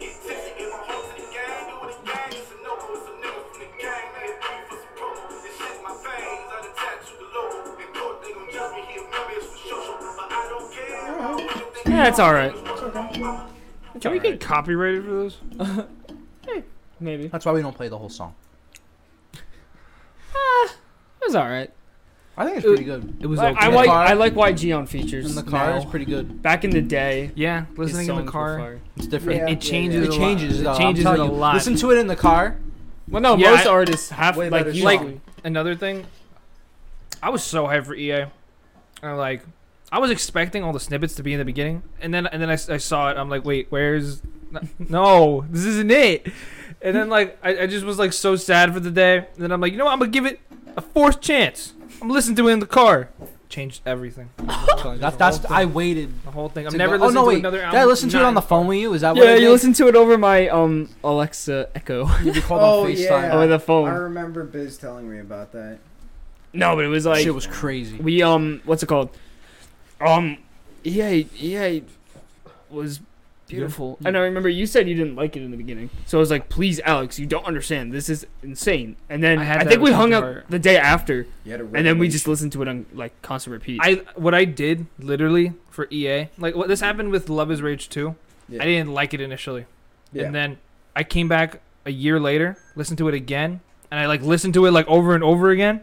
[SPEAKER 6] This shit my veins, I done tattooed the logo. In court, they gon' judge me here
[SPEAKER 3] Yeah, it's alright.
[SPEAKER 4] Can we get copyrighted for this?
[SPEAKER 3] Maybe. It
[SPEAKER 2] That's why we don't play the whole song.
[SPEAKER 3] was alright.
[SPEAKER 2] I think it's pretty good.
[SPEAKER 4] It was
[SPEAKER 3] I, I
[SPEAKER 2] In the
[SPEAKER 3] like
[SPEAKER 2] car?
[SPEAKER 3] I like YG on features.
[SPEAKER 2] In the car, it's
[SPEAKER 3] now.
[SPEAKER 2] pretty good.
[SPEAKER 3] Back in the day,
[SPEAKER 4] Yeah,
[SPEAKER 3] his
[SPEAKER 4] listening in the
[SPEAKER 3] songs were
[SPEAKER 4] car.
[SPEAKER 3] fire.
[SPEAKER 2] It's different.
[SPEAKER 1] Yeah.
[SPEAKER 4] It changes.
[SPEAKER 2] It changes.
[SPEAKER 4] A
[SPEAKER 2] It
[SPEAKER 4] lot. It changes it a lot.
[SPEAKER 2] Listen to it in the car.
[SPEAKER 3] Well, no,
[SPEAKER 4] Yeah,
[SPEAKER 3] most
[SPEAKER 4] I-
[SPEAKER 3] artists have
[SPEAKER 2] Way
[SPEAKER 3] like
[SPEAKER 2] better
[SPEAKER 3] you.
[SPEAKER 4] song. Another thing, I was so hyped for EA. I like, I was expecting all the snippets to be in the beginning, and then and then I, s- I saw it. I'm like, wait, where's? No, this isn't it. And then like I, I just was like so sad for the day. And then I'm like, you know what? I'm gonna give it a fourth chance. I'm listening to it in the car. Changed everything,
[SPEAKER 2] That, that's I waited.
[SPEAKER 4] the whole thing.
[SPEAKER 2] to
[SPEAKER 4] I'm never
[SPEAKER 2] go- oh
[SPEAKER 4] listening
[SPEAKER 2] no,
[SPEAKER 4] to
[SPEAKER 2] wait!
[SPEAKER 4] another
[SPEAKER 2] Did
[SPEAKER 4] album.
[SPEAKER 2] I listen to it
[SPEAKER 4] not
[SPEAKER 2] on
[SPEAKER 4] in
[SPEAKER 2] the phone with you? Is that what?
[SPEAKER 3] yeah,
[SPEAKER 2] it
[SPEAKER 3] you
[SPEAKER 2] is?
[SPEAKER 3] listen to it over my um Alexa Echo
[SPEAKER 2] You'd be called
[SPEAKER 1] Oh,
[SPEAKER 2] on FaceTime.
[SPEAKER 1] yeah.
[SPEAKER 3] over the
[SPEAKER 1] I
[SPEAKER 3] phone.
[SPEAKER 1] remember Biz telling me about that.
[SPEAKER 3] No, but it was like
[SPEAKER 2] Shit was crazy.
[SPEAKER 3] we um what's it called? Um, EA EA was beautiful, and I remember you said you didn't like it in the beginning. So I was like, please, Alex, you don't understand. This is insane. And then
[SPEAKER 4] I
[SPEAKER 3] I,
[SPEAKER 4] had that
[SPEAKER 3] think we
[SPEAKER 4] with
[SPEAKER 3] hung
[SPEAKER 4] Guitar.
[SPEAKER 3] up the day after,
[SPEAKER 1] You had a
[SPEAKER 3] and then we
[SPEAKER 1] revelation.
[SPEAKER 3] just listened to it on like constant repeat.
[SPEAKER 4] I what I did literally for EA, like what this happened with Love Is Rage 2.
[SPEAKER 1] Yeah.
[SPEAKER 4] I didn't like it initially,
[SPEAKER 1] Yeah.
[SPEAKER 4] and then I came back a year later, listened to it again, and I like listened to it like over and over again,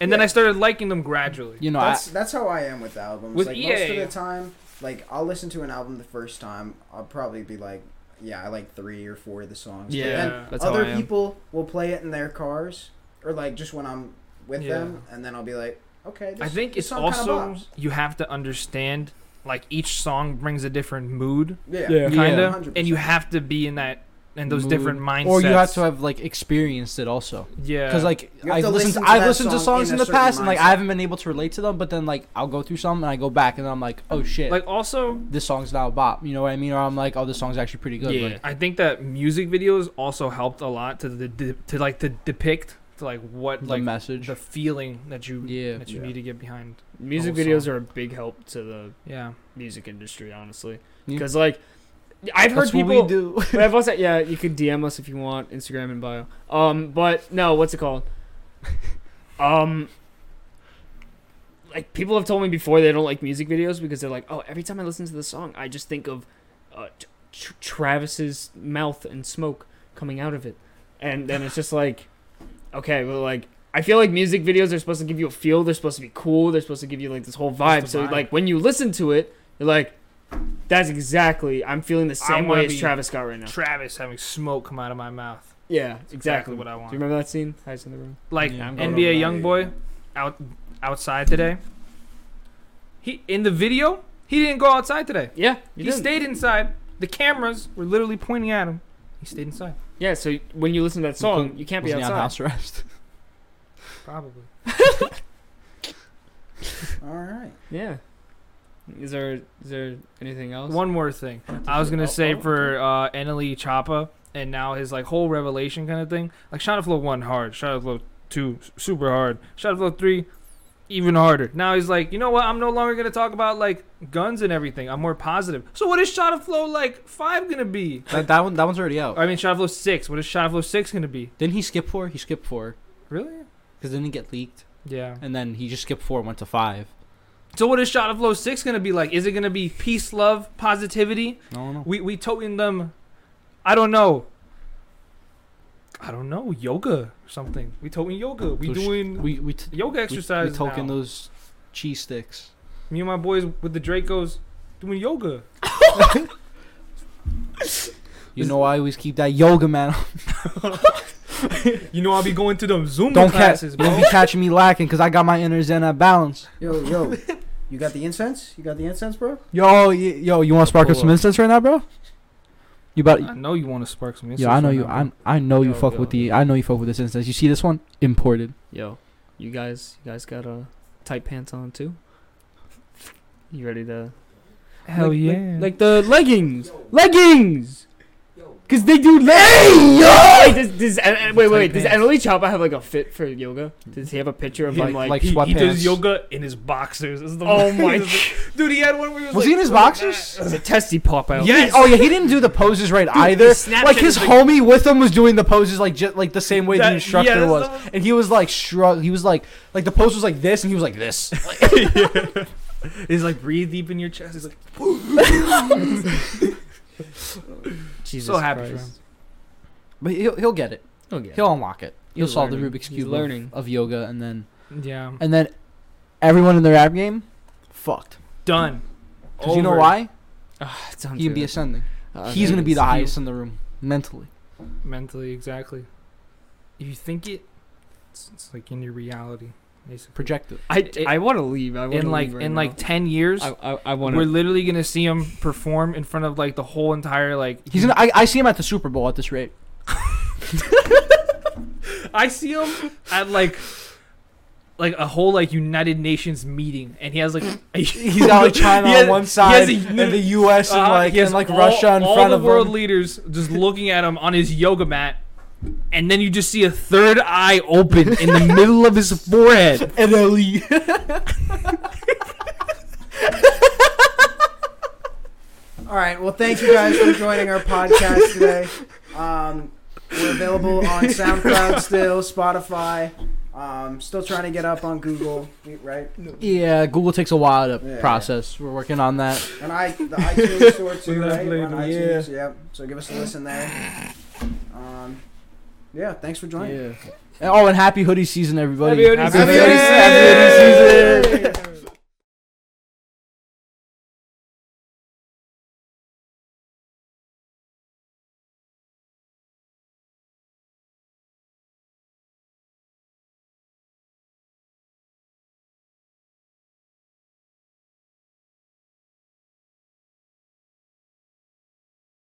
[SPEAKER 4] and then
[SPEAKER 1] Yeah.
[SPEAKER 4] I started liking them gradually.
[SPEAKER 2] You know, I,
[SPEAKER 1] that's that's how I am with albums.
[SPEAKER 4] With
[SPEAKER 1] like most of
[SPEAKER 4] EA.
[SPEAKER 1] the time, like I'll listen to an album the first time, I'll probably be like, yeah, I like three or four of the songs.
[SPEAKER 3] Yeah,
[SPEAKER 1] but then
[SPEAKER 3] that's how
[SPEAKER 1] other
[SPEAKER 3] I am.
[SPEAKER 1] people will play it in their cars or like just when I'm with
[SPEAKER 4] Yeah.
[SPEAKER 1] them, and then I'll be like, okay. This,
[SPEAKER 4] I think
[SPEAKER 1] this
[SPEAKER 4] it's
[SPEAKER 1] song kinda
[SPEAKER 4] also
[SPEAKER 1] bops.
[SPEAKER 4] you have to understand like each song brings a different mood,
[SPEAKER 1] yeah,
[SPEAKER 3] Yeah.
[SPEAKER 2] Yeah.
[SPEAKER 4] kind of,
[SPEAKER 1] 100%.
[SPEAKER 4] and you have to be in that in those
[SPEAKER 2] Mood.
[SPEAKER 4] different mindsets.
[SPEAKER 2] or you have to have like experienced it also.
[SPEAKER 4] yeah,
[SPEAKER 2] Because like
[SPEAKER 1] You have
[SPEAKER 2] I've
[SPEAKER 1] to
[SPEAKER 2] listened,
[SPEAKER 1] listen to
[SPEAKER 2] I've
[SPEAKER 1] that
[SPEAKER 2] listened to
[SPEAKER 1] song
[SPEAKER 2] songs
[SPEAKER 1] in
[SPEAKER 2] in
[SPEAKER 1] a
[SPEAKER 2] the
[SPEAKER 1] certain
[SPEAKER 2] past, and like
[SPEAKER 1] mindset.
[SPEAKER 2] I haven't been able to relate to them. But then like I'll go through some, and I go back, and I'm like, oh shit,
[SPEAKER 4] like also
[SPEAKER 2] this song's now a bop. You know what I mean? Or I'm like, oh, this song's actually pretty good.
[SPEAKER 3] Yeah.
[SPEAKER 2] Like,
[SPEAKER 4] I think that music videos also helped a lot to the de- to like to depict to like what
[SPEAKER 2] the
[SPEAKER 4] like
[SPEAKER 2] message.
[SPEAKER 4] the feeling that you
[SPEAKER 2] Yeah.
[SPEAKER 4] that you
[SPEAKER 1] Yeah.
[SPEAKER 4] need to get behind.
[SPEAKER 3] Music
[SPEAKER 4] whole
[SPEAKER 3] videos
[SPEAKER 4] song.
[SPEAKER 3] are a big help to the
[SPEAKER 4] Yeah,
[SPEAKER 3] music industry, honestly,
[SPEAKER 2] Yeah.
[SPEAKER 3] because like I've heard
[SPEAKER 2] That's
[SPEAKER 3] people.
[SPEAKER 2] What we do.
[SPEAKER 3] but I've also yeah, you could DM us if you want Instagram and bio. Um, but no, what's it called? Um, like people have told me before they don't like music videos because they're like, oh, every time I listen to the song, I just think of uh, t- tr- Travis's mouth and smoke coming out of it, and then it's just like, okay, well, like. I feel like music videos are supposed to give you a feel. They're supposed to be cool. They're supposed to give you like this whole vibe.
[SPEAKER 4] Just a
[SPEAKER 3] So
[SPEAKER 4] vibe.
[SPEAKER 3] like when you listen to it, you're like, "That's exactly." I'm feeling the same
[SPEAKER 4] wanna
[SPEAKER 3] way as
[SPEAKER 4] be
[SPEAKER 3] Travis Scott right now.
[SPEAKER 4] Travis having smoke come out of my mouth.
[SPEAKER 3] Yeah,
[SPEAKER 4] That's
[SPEAKER 3] exactly.
[SPEAKER 4] exactly what I want.
[SPEAKER 3] Do you remember that scene? Highest in the room.
[SPEAKER 4] Like
[SPEAKER 2] Yeah, I'm
[SPEAKER 1] going
[SPEAKER 4] NBA
[SPEAKER 1] over that.
[SPEAKER 4] YoungBoy out outside today. He in the video he didn't go outside today.
[SPEAKER 3] Yeah,
[SPEAKER 4] He, stayed inside. The cameras were literally pointing at him. He stayed inside.
[SPEAKER 3] Yeah, so when you listen to that song, you can't be
[SPEAKER 2] Wasn't he on
[SPEAKER 3] outside.
[SPEAKER 2] house arrest.
[SPEAKER 4] Probably.
[SPEAKER 1] All right.
[SPEAKER 3] Yeah. Is there is there anything else?
[SPEAKER 4] One more thing. I was gonna
[SPEAKER 3] Oh,
[SPEAKER 4] say
[SPEAKER 3] oh.
[SPEAKER 4] for uh Annalie Choppa and now his like whole revelation kind of thing. Like Shot of Flow one hard, Shot of Flow two s- super hard, Shot of Flow three even harder. Now he's like, you know what? I'm no longer gonna talk about like guns and everything. I'm more positive. So what is Shot of Flow like five gonna be?
[SPEAKER 2] that, that one, that one's already out.
[SPEAKER 4] I mean, Shot of Flow six. What is Shot of Flow six gonna be?
[SPEAKER 2] Didn't he skip four? He skipped four
[SPEAKER 4] Really?
[SPEAKER 2] because didn't he get leaked?
[SPEAKER 4] Yeah.
[SPEAKER 2] And then he just skipped four, and went to five.
[SPEAKER 4] So what is Shot of Flow six gonna be like? Is it gonna be peace, love, positivity?
[SPEAKER 2] I don't know.
[SPEAKER 4] We we toting them. I don't know. I don't know yoga or something. We toting yoga. We
[SPEAKER 2] Those sh-
[SPEAKER 4] doing
[SPEAKER 2] We we t-
[SPEAKER 4] yoga
[SPEAKER 2] we, we
[SPEAKER 4] exercises
[SPEAKER 2] token
[SPEAKER 4] now.
[SPEAKER 2] those cheese sticks.
[SPEAKER 4] Me and my boys with the Dracos doing yoga.
[SPEAKER 2] You know, I always keep that yoga man.
[SPEAKER 4] You know I'll be going to them Zoom
[SPEAKER 2] don't catch.
[SPEAKER 4] classes,
[SPEAKER 2] You
[SPEAKER 4] bro.
[SPEAKER 2] don't be catching me lacking because I got my inner zen at balance.
[SPEAKER 1] Yo, yo, you got the incense? You got the incense, bro?
[SPEAKER 2] Yo, y- yo, you want to spark up
[SPEAKER 4] Pull
[SPEAKER 2] some
[SPEAKER 4] up.
[SPEAKER 2] incense right now, bro? You about?
[SPEAKER 4] I know you want to spark some.
[SPEAKER 2] Yo, I know
[SPEAKER 4] incense
[SPEAKER 2] you.
[SPEAKER 4] right now,
[SPEAKER 2] I I know you
[SPEAKER 3] Yo,
[SPEAKER 2] fuck
[SPEAKER 3] yo,
[SPEAKER 2] with the.
[SPEAKER 3] yo.
[SPEAKER 2] I know you fuck with this incense. You see this one imported.
[SPEAKER 3] Yo, you guys you guys got uh tight pants on too? You ready to
[SPEAKER 4] bro. Hell
[SPEAKER 3] like,
[SPEAKER 4] yeah!
[SPEAKER 3] Like, like the leggings. Leggings. Cuz they do leggings. Wait, does, does, and- and- wait, wait, wait. Does
[SPEAKER 4] Tight pants.
[SPEAKER 3] Annalie Choppa have like a fit for yoga? Does he have a picture of him like,
[SPEAKER 2] like
[SPEAKER 4] he, he
[SPEAKER 2] sweatpants.
[SPEAKER 4] does yoga in his boxers. This is the
[SPEAKER 3] Oh my
[SPEAKER 4] this is the- dude, he had one where he was.
[SPEAKER 2] Was
[SPEAKER 4] like,
[SPEAKER 2] he in his
[SPEAKER 4] going
[SPEAKER 2] boxers?
[SPEAKER 4] back.
[SPEAKER 3] it's a testy pop out?
[SPEAKER 4] Yes.
[SPEAKER 2] Oh yeah, he didn't do the poses right either.
[SPEAKER 4] Snapchat
[SPEAKER 2] Like his
[SPEAKER 4] is the-
[SPEAKER 2] homie with him was doing the poses like just like the same way
[SPEAKER 4] That-
[SPEAKER 2] the instructor
[SPEAKER 4] yeah, that's
[SPEAKER 2] was,
[SPEAKER 4] the one-
[SPEAKER 2] and he was like shrug. He was like like the pose was like this, and he was like this.
[SPEAKER 4] He's like, breathe deep in your chest. He's like,
[SPEAKER 3] Jesus
[SPEAKER 4] so happy for him.
[SPEAKER 3] Christ.
[SPEAKER 2] But he'll he'll get it.
[SPEAKER 3] He'll get
[SPEAKER 2] He'll unlock it. He'll
[SPEAKER 3] He's
[SPEAKER 2] solve the
[SPEAKER 3] learning.
[SPEAKER 2] Rubik's
[SPEAKER 3] He's
[SPEAKER 2] cube of-
[SPEAKER 3] learning.
[SPEAKER 2] Of, yoga, and then
[SPEAKER 4] yeah,
[SPEAKER 2] and then everyone in the rap game fucked.
[SPEAKER 4] done.
[SPEAKER 2] Because you know
[SPEAKER 4] Over.
[SPEAKER 2] why?
[SPEAKER 3] Ugh, it's on
[SPEAKER 2] He'd
[SPEAKER 3] to
[SPEAKER 2] be
[SPEAKER 3] it.
[SPEAKER 2] ascending.
[SPEAKER 3] Uh,
[SPEAKER 2] He's gonna be
[SPEAKER 3] it's-
[SPEAKER 2] the
[SPEAKER 3] he-
[SPEAKER 2] highest in the room mentally.
[SPEAKER 4] Mentally, exactly. If you think it, it's, it's like in your reality, basically.
[SPEAKER 2] Projected.
[SPEAKER 3] I
[SPEAKER 4] It-
[SPEAKER 3] I want to leave. I wanna
[SPEAKER 4] in like
[SPEAKER 3] leave right
[SPEAKER 4] in
[SPEAKER 3] now.
[SPEAKER 4] like ten years,
[SPEAKER 3] I I, I want
[SPEAKER 4] we're
[SPEAKER 3] to.
[SPEAKER 4] literally gonna see him perform in front of like the whole entire like.
[SPEAKER 2] He's gonna. I, I see him at the Super Bowl at this rate.
[SPEAKER 4] I see him at like. Like a whole like United Nations meeting, and he has like a,
[SPEAKER 2] He's got like China
[SPEAKER 4] He has-
[SPEAKER 2] on one
[SPEAKER 4] he has
[SPEAKER 2] side,
[SPEAKER 4] a-
[SPEAKER 2] and the U.S. and
[SPEAKER 4] Uh,
[SPEAKER 2] like
[SPEAKER 4] he has
[SPEAKER 2] and like
[SPEAKER 4] all-
[SPEAKER 2] Russia in
[SPEAKER 4] all
[SPEAKER 2] front
[SPEAKER 4] the
[SPEAKER 2] of
[SPEAKER 4] world
[SPEAKER 2] him.
[SPEAKER 4] leaders just looking at him on his yoga mat, and then you just see a third eye open in the middle of his forehead.
[SPEAKER 2] NLE.
[SPEAKER 1] All right. Well, thank you guys for joining our podcast today. Um, we're available on SoundCloud still, Spotify. Um, still trying to get up on Google, right?
[SPEAKER 2] yeah, Google takes a while to
[SPEAKER 1] Yeah.
[SPEAKER 2] process. We're working on that.
[SPEAKER 1] And I the iTunes store too,
[SPEAKER 4] We're
[SPEAKER 1] right?
[SPEAKER 4] not
[SPEAKER 1] On
[SPEAKER 4] playing
[SPEAKER 1] iTunes, yep. So give us a listen there. Um, yeah. Thanks for joining.
[SPEAKER 3] Yeah.
[SPEAKER 2] And- Oh, and happy hoodie season, everybody.
[SPEAKER 3] Happy hoodie
[SPEAKER 4] Happy
[SPEAKER 1] season.
[SPEAKER 2] hoodie season.